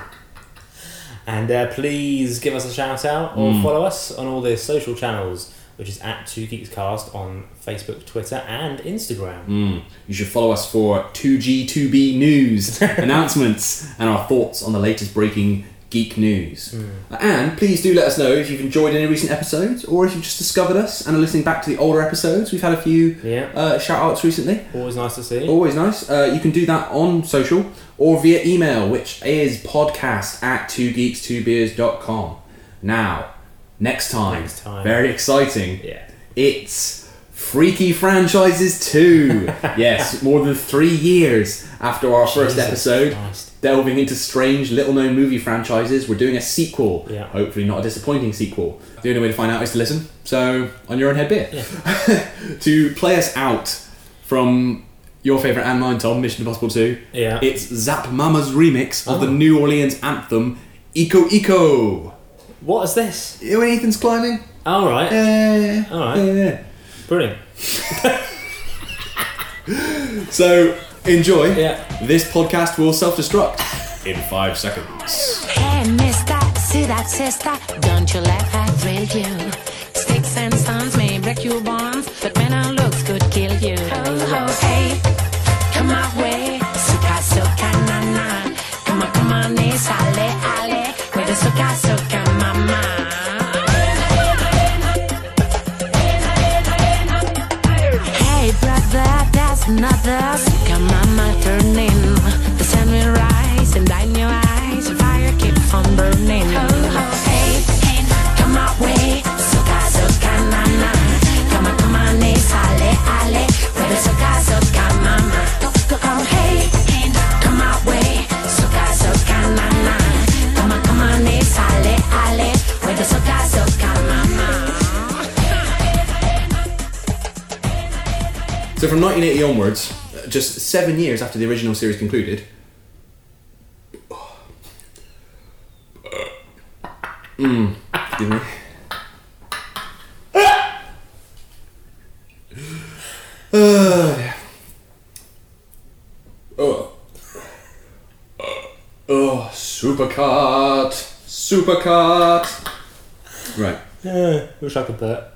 A: And uh, please give us a shout out or
C: Mm.
A: follow us on all the social channels, which is at Two Geeks Cast on Facebook, Twitter, and Instagram.
C: Mm. You should follow us for 2G2B news, announcements, and our thoughts on the latest breaking geek news.
A: Hmm.
C: Uh, And please do let us know if you've enjoyed any recent episodes or if you've just discovered us and are listening back to the older episodes. We've had a few
A: Yeah.
C: uh, shout outs recently.
A: Always nice to see.
C: Always nice. Uh, you can do that on social or via email, which is podcast at 2geeks2beers.com. Now, next time,
A: Next time.
C: very exciting.
A: Yeah.
C: It's Freaky Franchises 2. yes, more than three years after our first
A: Jesus
C: episode,
A: Christ.
C: delving into strange, little known movie franchises, we're doing a sequel.
A: Yeah.
C: Hopefully, not a disappointing sequel. The only way to find out is to listen. So, on your own head bit. to play us out from your favourite and mine, Tom, Mission Impossible 2.
A: Yeah.
C: It's Zap Mama's remix of
A: Oh.
C: the New Orleans anthem, Eco Eco.
A: What is this?
C: When Ethan's climbing. Uh,
A: All right.
C: Yeah.
A: All right.
C: Yeah.
A: Brilliant.
C: So enjoy. This podcast will self destruct in five seconds.
E: Hey, mister, see that sister? Don't you let her thrill you. Sticks and stones may break your bones, but when our looks could kill you. Ho, ho, hey, come my way. Suka, suka, na, na. Come on, come on, it's ale, ale. With the suka, suka, mama. Hey, brother, there's another suka, mama, turn in. The sun will rise and in your eyes, fire keeps on burning. Ho, ho, hey, hey, come my way. Suka, suka, na, na. Come on, come on, it's ale, ale. With the suka, suka, mama. Go, go, go, hey, hey, come my way. Suka, suka, na, na. Come on, come on, it's ale, ale. With the suka, suka, mama.
C: So from 1980 onwards, uh, just seven years after the original series concluded. Mm, excuse me. Ah, dear. Oh. Oh, supercut. Supercut. Right.
A: Yeah, wish I could put.